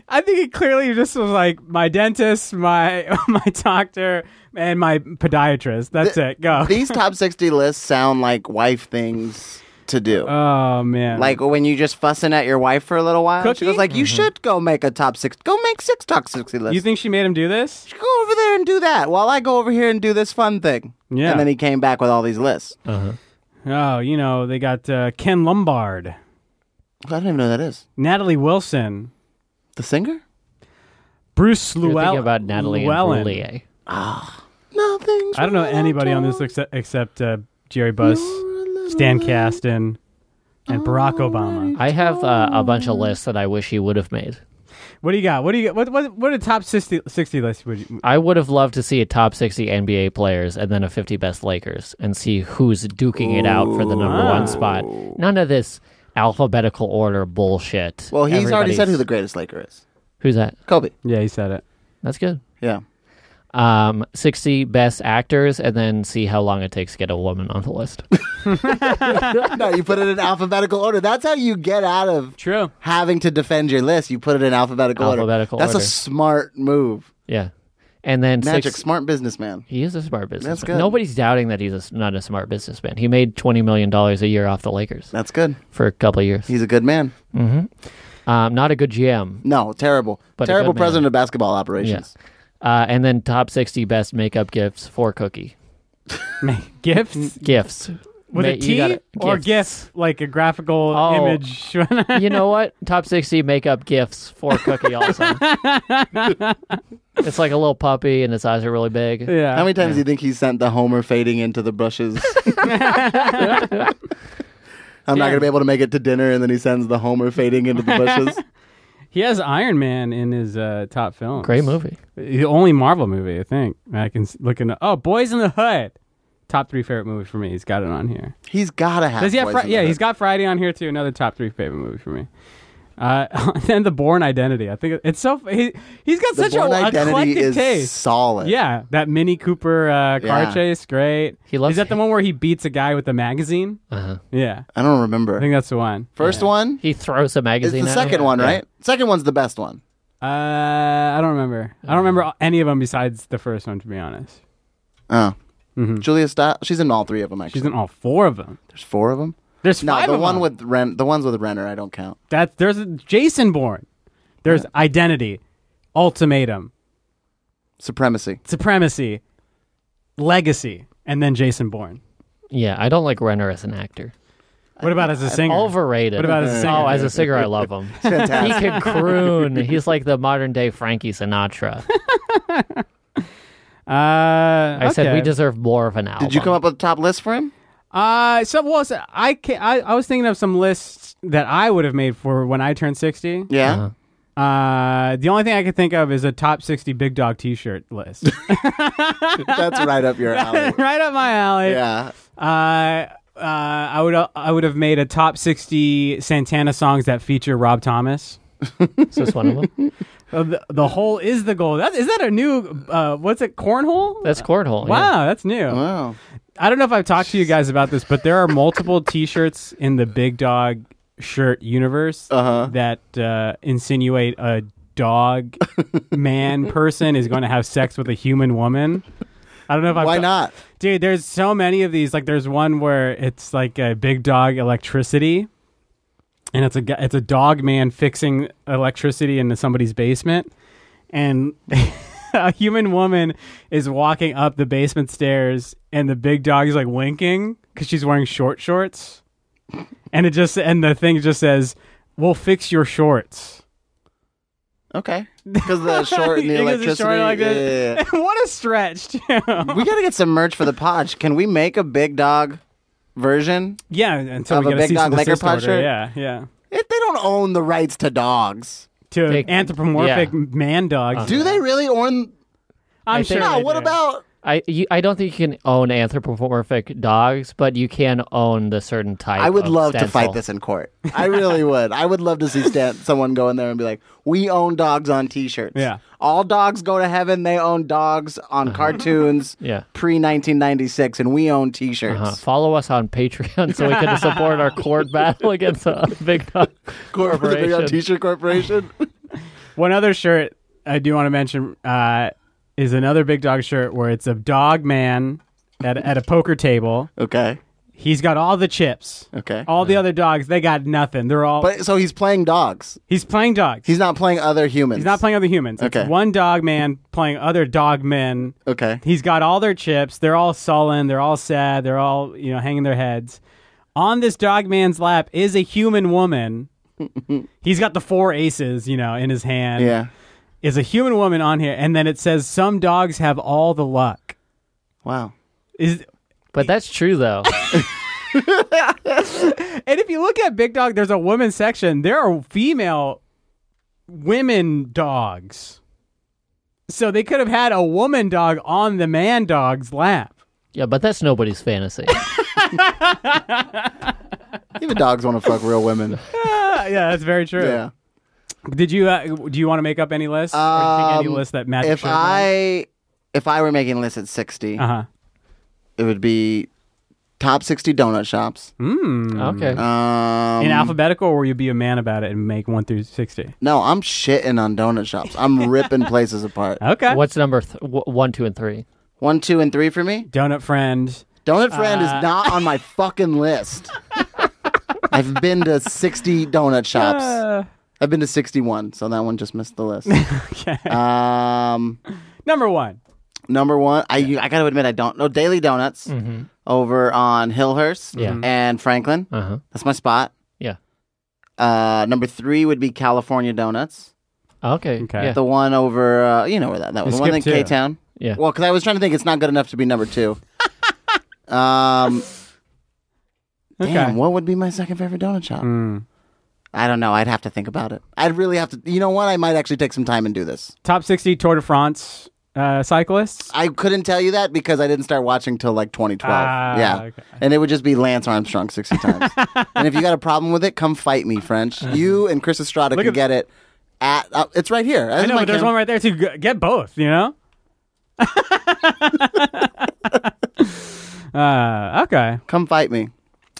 [SPEAKER 1] I think he clearly just was like, my dentist, my my doctor, and my podiatrist. That's it. Go.
[SPEAKER 2] These top 60 lists sound like wife things to do.
[SPEAKER 1] oh, man.
[SPEAKER 2] like when you just fussing at your wife for a little while.
[SPEAKER 1] Cookie? Mm-hmm.
[SPEAKER 2] She goes like, "You should go make a top six. Go make six top sixty lists.
[SPEAKER 1] you think she made him do this?
[SPEAKER 2] go over there and do that while I go over here and do this fun thing."
[SPEAKER 1] Yeah. Uh,
[SPEAKER 2] And then he came back with all these lists.
[SPEAKER 1] Oh, you know, they got uh, Ken Lombard,
[SPEAKER 2] I don't even know who that is.
[SPEAKER 1] Natalie Wilson,
[SPEAKER 2] The singer?
[SPEAKER 1] Bruce
[SPEAKER 3] You're
[SPEAKER 1] Llewellyn.
[SPEAKER 3] thinking about Natalie
[SPEAKER 1] Llewellyn.
[SPEAKER 3] and Brulier.
[SPEAKER 2] Nothing.
[SPEAKER 1] I don't know anybody on this except, except uh, Jerry Buss, Stan Caston, and Barack Obama.
[SPEAKER 3] I have uh, a bunch of lists that I wish he would have made.
[SPEAKER 1] What do you got? What do you got? What what what a top 60, 60 list would you?
[SPEAKER 3] I would have loved to see a top 60 NBA players and then a 50 best Lakers and see who's duking it out for the number one spot. None of this alphabetical order bullshit.
[SPEAKER 2] Well, he's already said
[SPEAKER 3] Everybody's-
[SPEAKER 2] who the greatest Laker is.
[SPEAKER 3] Who's that?
[SPEAKER 2] Kobe.
[SPEAKER 1] Yeah, he said it.
[SPEAKER 3] That's good.
[SPEAKER 2] Yeah.
[SPEAKER 3] Um, 60 best actors and then see how long it takes to get a woman on the list.
[SPEAKER 2] No, you put it in alphabetical order. That's how you get out of
[SPEAKER 1] True.
[SPEAKER 2] having to defend your list. You put it in alphabetical,
[SPEAKER 3] Alphabetical
[SPEAKER 2] order. That's
[SPEAKER 3] order.
[SPEAKER 2] a smart move.
[SPEAKER 3] yeah. And then
[SPEAKER 2] Magic,
[SPEAKER 3] 60
[SPEAKER 2] smart businessman.
[SPEAKER 3] He is a smart businessman.
[SPEAKER 2] good.
[SPEAKER 3] Nobody's doubting that he's a s not a smart businessman. He made twenty million dollars a year off the Lakers
[SPEAKER 2] That's good.
[SPEAKER 3] for a couple of years.
[SPEAKER 2] He's a good man.
[SPEAKER 3] Um, not a good GM.
[SPEAKER 2] No, terrible.
[SPEAKER 3] But a
[SPEAKER 2] terrible
[SPEAKER 3] good man.
[SPEAKER 2] president of basketball operations.
[SPEAKER 3] Yes. Uh, and then top sixty best makeup gifts for Cookie
[SPEAKER 1] Gifts
[SPEAKER 3] gifts
[SPEAKER 1] with a
[SPEAKER 3] Ma- you
[SPEAKER 1] T
[SPEAKER 3] gotta-
[SPEAKER 1] or
[SPEAKER 3] gifts.
[SPEAKER 1] gifts like a graphical
[SPEAKER 3] Oh.
[SPEAKER 1] image.
[SPEAKER 3] you know what? Top sixty makeup gifts for Cookie also. it's like a little puppy and its eyes are really big.
[SPEAKER 1] Uh, yeah.
[SPEAKER 2] How many times do you think he sent the Homer fading into the brushes? I'm not going to be able to make it to dinner, and then he sends the Homer fading into the bushes.
[SPEAKER 1] he has Iron Man in his uh, top film.
[SPEAKER 3] Great movie.
[SPEAKER 1] The only Marvel movie I think I can s- look in. the- oh, Boys in the Hood. Top three favorite movie for me. He's got it on here.
[SPEAKER 2] He's got to have.
[SPEAKER 1] Does he have
[SPEAKER 2] Boys
[SPEAKER 1] Fri-
[SPEAKER 2] in the
[SPEAKER 1] yeah,
[SPEAKER 2] Hood.
[SPEAKER 1] he's got Friday on here too. Another top three favorite movie for me. Uh, then the Born Identity. I think it's so he he's got
[SPEAKER 2] the
[SPEAKER 1] such
[SPEAKER 2] Bourne
[SPEAKER 1] a
[SPEAKER 2] identity
[SPEAKER 1] eclectic
[SPEAKER 2] is
[SPEAKER 1] taste.
[SPEAKER 2] solid.
[SPEAKER 1] Yeah, that Mini Cooper uh, car
[SPEAKER 2] Yeah.
[SPEAKER 1] chase, great.
[SPEAKER 3] He loves-
[SPEAKER 1] is that the one where he beats a guy with a magazine?
[SPEAKER 3] Uh-huh.
[SPEAKER 1] Yeah,
[SPEAKER 2] I don't
[SPEAKER 1] I
[SPEAKER 2] remember.
[SPEAKER 1] think that's the one.
[SPEAKER 2] First one
[SPEAKER 3] He throws a
[SPEAKER 2] is
[SPEAKER 3] magazine.
[SPEAKER 2] the
[SPEAKER 3] at him.
[SPEAKER 2] second one, right? Second one's the best one.
[SPEAKER 1] Uh, I don't remember. I don't
[SPEAKER 3] Uh.
[SPEAKER 1] remember any of them besides the first one. To be honest,
[SPEAKER 2] Oh, Julia Stiles. She's in all three of them. Actually,
[SPEAKER 1] Mm-hmm. she's in all four of them.
[SPEAKER 2] there's four of them.
[SPEAKER 1] There's
[SPEAKER 2] No,
[SPEAKER 1] five
[SPEAKER 2] the
[SPEAKER 1] of
[SPEAKER 2] one
[SPEAKER 1] them.
[SPEAKER 2] with Ren. The ones with Renner, I don't count.
[SPEAKER 1] That's there's a Jason Bourne. There's Identity, Ultimatum,
[SPEAKER 2] Supremacy.
[SPEAKER 1] Supremacy, Legacy, and then Jason Bourne.
[SPEAKER 3] Yeah, I don't like Renner as an actor.
[SPEAKER 1] What about as a singer?
[SPEAKER 3] Overrated.
[SPEAKER 1] What about as a singer?
[SPEAKER 3] Oh, as a singer, I love him. he
[SPEAKER 2] Fantastic.
[SPEAKER 3] can croon. He's like the modern day Frankie Sinatra.
[SPEAKER 1] Uh, I
[SPEAKER 3] I said we deserve more of an album.
[SPEAKER 2] Did you come up with a top list for him?
[SPEAKER 1] Uh, so well, so I, can, I I was thinking of some lists that I would have made for when I turned sixty.
[SPEAKER 2] Yeah.
[SPEAKER 1] Uh, the only thing I could think of is a top sixty big dog T-shirt list,
[SPEAKER 2] That's right up your alley.
[SPEAKER 1] Uh-huh. right up my alley.
[SPEAKER 2] Yeah.
[SPEAKER 1] Uh, uh, I would I would have made a top sixty Santana songs that feature Rob Thomas.
[SPEAKER 3] Is this one of them?
[SPEAKER 1] Uh, the, the hole is the goal. That, is that a new uh, what's it? Cornhole?
[SPEAKER 3] That's cornhole. yeah.
[SPEAKER 1] wow, that's new.
[SPEAKER 2] Wow.
[SPEAKER 1] I don't know if I've talked to you guys about this, but there are multiple T-shirts in the Big Dog shirt universe
[SPEAKER 2] Uh-huh.
[SPEAKER 1] that uh, insinuate a dog man person is going to have sex with a human woman. I don't know if I've
[SPEAKER 2] Why
[SPEAKER 1] ta-
[SPEAKER 2] not?
[SPEAKER 1] dude. There's so many of these. Like, there's one where it's like a Big Dog electricity, and it's a gu- it's a dog man fixing electricity into somebody's basement, and a human woman is walking up the basement stairs and the big dog is like winking because she's wearing short shorts and it just and the thing just says we'll fix your shorts
[SPEAKER 2] Okay. Because the short and the
[SPEAKER 1] Because
[SPEAKER 2] electricity.
[SPEAKER 1] it's short like
[SPEAKER 2] yeah,
[SPEAKER 1] this.
[SPEAKER 2] yeah,
[SPEAKER 1] what a stretch, too.
[SPEAKER 2] yeah. we got to get some merch for the podge. Can we make a big dog version?
[SPEAKER 1] Yeah, until
[SPEAKER 2] Of
[SPEAKER 1] we
[SPEAKER 2] a
[SPEAKER 1] get a
[SPEAKER 2] big
[SPEAKER 1] cease
[SPEAKER 2] dog
[SPEAKER 1] and
[SPEAKER 2] liquor
[SPEAKER 1] desist
[SPEAKER 2] pod
[SPEAKER 1] order.
[SPEAKER 2] shirt?
[SPEAKER 1] Yeah, yeah.
[SPEAKER 2] If they don't own the rights to dogs.
[SPEAKER 1] To
[SPEAKER 3] Big-
[SPEAKER 1] anthropomorphic
[SPEAKER 3] yeah.
[SPEAKER 1] man dogs.
[SPEAKER 2] Do they really own?
[SPEAKER 1] I'm
[SPEAKER 3] I
[SPEAKER 1] sure.
[SPEAKER 3] think-
[SPEAKER 2] No,
[SPEAKER 1] they
[SPEAKER 2] what
[SPEAKER 1] do.
[SPEAKER 2] about
[SPEAKER 3] I you, I don't think you can own anthropomorphic dogs, but you can own the certain type.
[SPEAKER 2] I would
[SPEAKER 3] of
[SPEAKER 2] love to fight
[SPEAKER 3] stencil.
[SPEAKER 2] this in court. I really would. I would love to see Stan- someone go in there and be like, "We own dogs on T-shirts.
[SPEAKER 1] Yeah. Uh-huh.
[SPEAKER 2] all dogs go to heaven. They own dogs on cartoons.
[SPEAKER 3] Yeah.
[SPEAKER 2] pre 1996, and we own T-shirts.
[SPEAKER 1] Uh-huh.
[SPEAKER 3] Uh, follow us on Patreon so we can support our court battle against uh, Big Dog.
[SPEAKER 2] Corp- the Big Dog
[SPEAKER 3] Corporation.
[SPEAKER 2] T-shirt Corporation.
[SPEAKER 1] One other shirt I do want to mention uh, is another big dog shirt where it's a dog man at, at a poker table.
[SPEAKER 2] okay,
[SPEAKER 1] He's got all the chips.
[SPEAKER 2] okay.
[SPEAKER 1] All the other dogs, they got nothing. They're all.
[SPEAKER 2] But so he's playing dogs.
[SPEAKER 1] he's playing dogs.
[SPEAKER 2] He's not playing other humans.
[SPEAKER 1] He's not playing other humans.
[SPEAKER 2] Okay.
[SPEAKER 1] It's one dog man playing other dog men.
[SPEAKER 2] Okay.
[SPEAKER 1] He's got all their chips. They're all sullen. They're all sad. They're all, you know, hanging their heads. On this dog man's lap is a human woman. He's got the four aces, you know, in his hand.
[SPEAKER 2] Yeah.
[SPEAKER 1] Is a human woman on here. And then it says, Some dogs have all the luck.
[SPEAKER 2] Wow.
[SPEAKER 1] Is
[SPEAKER 3] But that's true though.
[SPEAKER 1] And if you look at Big Dog, there's a woman section. There are female women dogs. So they could have had a woman dog on the man dog's lap.
[SPEAKER 3] Yeah, but that's nobody's fantasy.
[SPEAKER 2] Even dogs want to fuck real women.
[SPEAKER 1] Ah, yeah, that's very true.
[SPEAKER 2] Yeah.
[SPEAKER 1] Did you uh, do you want to make up any lists? or do you think
[SPEAKER 2] Um,
[SPEAKER 1] any list that matches?
[SPEAKER 2] If I if I were making lists at 60,
[SPEAKER 1] uh huh.
[SPEAKER 2] it would be top 60 donut shops.
[SPEAKER 3] okay.
[SPEAKER 2] Um,
[SPEAKER 1] In alphabetical, or will you be a man about it and make one through sixty?
[SPEAKER 2] no, I'm shitting on donut shops. I'm ripping places apart.
[SPEAKER 1] Okay.
[SPEAKER 3] What's number th- w- one, two, and three?
[SPEAKER 2] One, two, and three for me.
[SPEAKER 1] Donut friend.
[SPEAKER 2] Donut Friend is not on my fucking list. I've been to 60 donut shops.
[SPEAKER 1] Uh,
[SPEAKER 2] I've been to 61, so that one just missed the list. Um,
[SPEAKER 1] number one.
[SPEAKER 2] number one, I I gotta admit I don't know Daily Donuts
[SPEAKER 3] Mm.
[SPEAKER 2] over on Hillhurst
[SPEAKER 3] Yeah.
[SPEAKER 1] Mm-hmm.
[SPEAKER 2] and Franklin.
[SPEAKER 3] Uh huh.
[SPEAKER 2] That's my spot.
[SPEAKER 3] Yeah.
[SPEAKER 2] Uh, number three would be California Donuts.
[SPEAKER 3] Okay.
[SPEAKER 1] Okay.
[SPEAKER 3] Yeah.
[SPEAKER 2] The one over, uh, you know where that that was. The one in
[SPEAKER 1] skipped two.
[SPEAKER 2] K Town.
[SPEAKER 3] Yeah.
[SPEAKER 2] Well, because I was trying to think, it's not good enough to be number two. um,
[SPEAKER 1] Okay.
[SPEAKER 2] damn, what would be my second favorite donut shop?
[SPEAKER 1] Mm.
[SPEAKER 2] I don't know. I'd have to think about it. I'd really have to. You know what? I might actually take some time and do this.
[SPEAKER 1] Top sixty Tour de France uh, cyclists.
[SPEAKER 2] I couldn't tell you that because I didn't start watching till like 2012.
[SPEAKER 1] Ah,
[SPEAKER 2] yeah.
[SPEAKER 1] okay.
[SPEAKER 2] And it would just be Lance Armstrong 60 times. and if you got a problem with it, come fight me, French. You and Chris Estrada
[SPEAKER 1] Uh-huh. Look
[SPEAKER 2] can
[SPEAKER 1] at-
[SPEAKER 2] get it at. Uh, it's right here.
[SPEAKER 1] I know, but there's one right there too. G- Get both, you know. uh, okay,
[SPEAKER 2] Come fight me.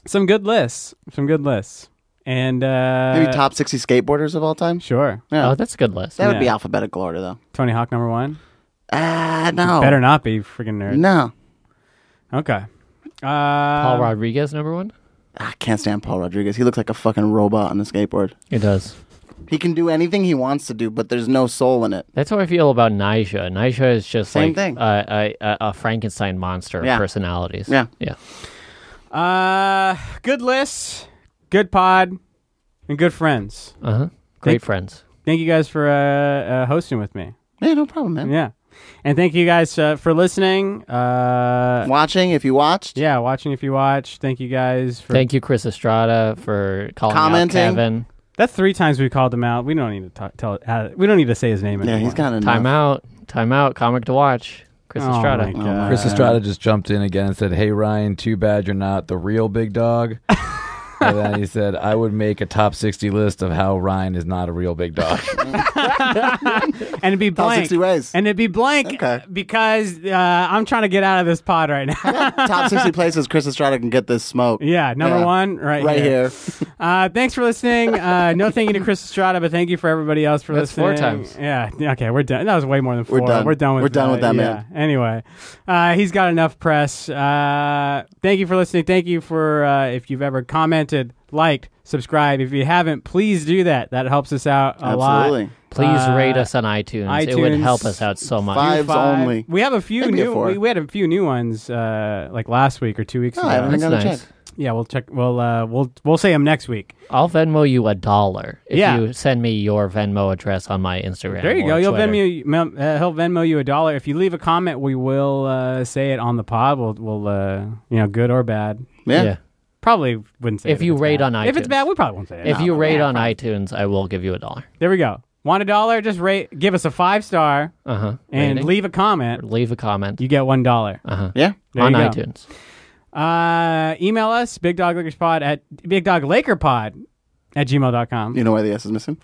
[SPEAKER 1] some good lists, some good lists, and uh,
[SPEAKER 2] Maybe top 60 skateboarders of all time?
[SPEAKER 1] Sure,
[SPEAKER 2] Yeah.
[SPEAKER 3] Oh, that's a good list.
[SPEAKER 2] that would be
[SPEAKER 1] yeah.
[SPEAKER 2] alphabetical order, though.
[SPEAKER 1] Tony Hawk number one.
[SPEAKER 2] Ah, no.
[SPEAKER 1] Better not be freaking nerd.
[SPEAKER 2] No.
[SPEAKER 1] Okay. Uh,
[SPEAKER 2] um,
[SPEAKER 3] Paul Rodriguez, number one.
[SPEAKER 2] I can't stand Paul Rodriguez. He looks like a fucking robot on a skateboard.
[SPEAKER 3] It does.
[SPEAKER 2] He can do anything he wants to do, but there's no soul in it.
[SPEAKER 3] That's how I feel about Nyjah. Nyjah is just
[SPEAKER 2] Same
[SPEAKER 3] like
[SPEAKER 2] thing.
[SPEAKER 3] A, a, a Frankenstein monster of
[SPEAKER 2] Yeah.
[SPEAKER 3] personalities.
[SPEAKER 2] Yeah.
[SPEAKER 3] Yeah.
[SPEAKER 1] uh, good lists, good pod, and good friends.
[SPEAKER 3] Uh huh. Great
[SPEAKER 1] Thank-
[SPEAKER 3] friends.
[SPEAKER 1] Thank you guys for uh, uh, hosting with me.
[SPEAKER 2] Yeah, no problem, man.
[SPEAKER 1] Yeah, and thank you guys uh, for listening. Uh,
[SPEAKER 2] Watching, if you watched,
[SPEAKER 1] yeah, watching if you watch. Thank you guys for
[SPEAKER 3] Thank you, Chris Estrada, for calling
[SPEAKER 2] Commenting.
[SPEAKER 3] out Kevin.
[SPEAKER 1] That's three times we called him out. We don't need to talk, tell. Uh, we don't need to say his name
[SPEAKER 2] yeah,
[SPEAKER 1] anymore.
[SPEAKER 2] he's got enough.
[SPEAKER 3] Time out. Time out. Comic to watch. Chris
[SPEAKER 1] Oh
[SPEAKER 3] Estrada.
[SPEAKER 1] my God.
[SPEAKER 4] Chris Estrada just jumped in again and said, "Hey Ryan, too bad you're not the real big dog." and then he said, "I would make a top sixty list of how Ryan is not a real big dog."
[SPEAKER 1] and it'd be
[SPEAKER 2] Top
[SPEAKER 1] blank.
[SPEAKER 2] 60 ways.
[SPEAKER 1] And it'd be blank
[SPEAKER 2] Okay.
[SPEAKER 1] because uh, I'm trying to get out of this pod right now.
[SPEAKER 2] top 60 places Chris Estrada can get this smoke.
[SPEAKER 1] yeah, number
[SPEAKER 2] Yeah.
[SPEAKER 1] one, right,
[SPEAKER 2] Right here.
[SPEAKER 1] Uh, thanks for listening. Uh, no thank you to Chris Estrada, but thank you for everybody else for
[SPEAKER 3] That's four
[SPEAKER 1] listening.
[SPEAKER 3] times.
[SPEAKER 1] Yeah. Okay, we're done. That was way more than four.
[SPEAKER 2] done.
[SPEAKER 1] We're done with.
[SPEAKER 2] We're done with that,
[SPEAKER 1] yeah.
[SPEAKER 2] man.
[SPEAKER 1] Anyway, uh, he's got enough press. Uh, thank you for listening. Thank you for uh, if you've ever commented, liked, subscribed. If you haven't, please do that. That helps us out a lot.
[SPEAKER 2] Absolutely.
[SPEAKER 3] Please
[SPEAKER 1] Uh,
[SPEAKER 3] rate us on iTunes. It would
[SPEAKER 1] iTunes.
[SPEAKER 3] help us out so much.
[SPEAKER 2] Fives
[SPEAKER 1] Five.
[SPEAKER 2] only.
[SPEAKER 1] We have a few
[SPEAKER 2] Maybe a
[SPEAKER 1] new.
[SPEAKER 2] four.
[SPEAKER 1] we, we had a few new ones uh, like last week or two weeks
[SPEAKER 2] Oh, I
[SPEAKER 1] ago.
[SPEAKER 2] haven't
[SPEAKER 3] That's
[SPEAKER 2] gotta
[SPEAKER 3] nice.
[SPEAKER 2] check.
[SPEAKER 1] Yeah, we'll check. We'll uh, we'll we'll say them next week.
[SPEAKER 3] I'll Venmo you a dollar if
[SPEAKER 1] Yeah.
[SPEAKER 3] you send me your Venmo address on my Instagram.
[SPEAKER 1] There you
[SPEAKER 3] or
[SPEAKER 1] go. You'll
[SPEAKER 3] Twitter.
[SPEAKER 1] Venmo. mem- Uh, he'll Venmo you a dollar if you leave a comment. We will uh, say it on the pod. We'll we'll uh, you know good or bad.
[SPEAKER 2] Yeah.
[SPEAKER 3] Yeah.
[SPEAKER 1] Probably wouldn't say
[SPEAKER 3] If
[SPEAKER 1] it
[SPEAKER 3] you
[SPEAKER 1] it's
[SPEAKER 3] rate
[SPEAKER 1] bad.
[SPEAKER 3] on
[SPEAKER 1] If it's
[SPEAKER 3] iTunes.
[SPEAKER 1] bad, we probably won't say it.
[SPEAKER 3] If
[SPEAKER 1] No.
[SPEAKER 3] you rate on iTunes, I will give you a dollar.
[SPEAKER 1] there we go. Want a dollar? Just rate. Give us a five star
[SPEAKER 3] Uh huh.
[SPEAKER 1] Uh-huh. and leave a comment.
[SPEAKER 3] leave a comment
[SPEAKER 1] You get one dollar.
[SPEAKER 3] Uh-huh.
[SPEAKER 2] Yeah.
[SPEAKER 1] There
[SPEAKER 3] on
[SPEAKER 1] you go.
[SPEAKER 3] iTunes.
[SPEAKER 1] Uh, email us Big Dog Lakers Pod at Big Dog Laker Pod at gmail.com.
[SPEAKER 2] You know why the S is missing?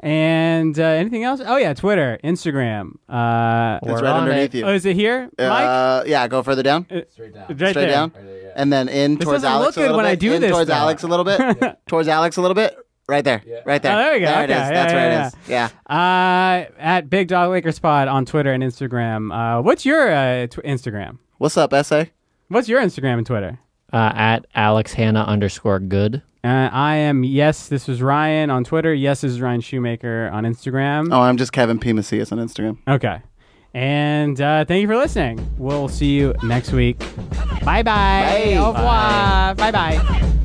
[SPEAKER 1] And uh, anything else? Oh yeah, Twitter, Instagram. Uh,
[SPEAKER 2] It's
[SPEAKER 3] We're
[SPEAKER 2] right
[SPEAKER 3] on
[SPEAKER 2] underneath
[SPEAKER 1] oh,
[SPEAKER 2] you.
[SPEAKER 1] is it here, Mike?
[SPEAKER 2] Uh, yeah, go further down.
[SPEAKER 4] Straight down.
[SPEAKER 1] It's right
[SPEAKER 2] Straight
[SPEAKER 1] there.
[SPEAKER 2] down. And then in
[SPEAKER 1] This
[SPEAKER 2] towards
[SPEAKER 1] doesn't
[SPEAKER 2] Alex
[SPEAKER 1] look
[SPEAKER 2] a little
[SPEAKER 1] good when
[SPEAKER 2] bit.
[SPEAKER 1] I do
[SPEAKER 2] in
[SPEAKER 1] this,
[SPEAKER 2] towards
[SPEAKER 1] though.
[SPEAKER 2] Alex a little bit. towards Alex a little bit. Right there. Right there.
[SPEAKER 1] Oh, there you go.
[SPEAKER 2] There it
[SPEAKER 1] Okay.
[SPEAKER 2] is.
[SPEAKER 1] Yeah,
[SPEAKER 2] That's where
[SPEAKER 1] yeah,
[SPEAKER 2] it is. Yeah.
[SPEAKER 1] Uh, at Big Dog Lakers Pod on Twitter and Instagram. Uh, what's your uh, tw- Instagram?
[SPEAKER 2] What's up, SA?
[SPEAKER 1] What's your Instagram and Twitter?
[SPEAKER 3] Uh, at Alex Hannah underscore good.
[SPEAKER 1] Uh, I am yes. This was Ryan on Twitter. Yes, this is Ryan Shoemaker on Instagram.
[SPEAKER 2] Oh, I'm just Kevin P. Macias on Instagram.
[SPEAKER 1] Okay, and uh, thank you for listening. We'll see you next week. Bye bye. Au revoir. Bye bye.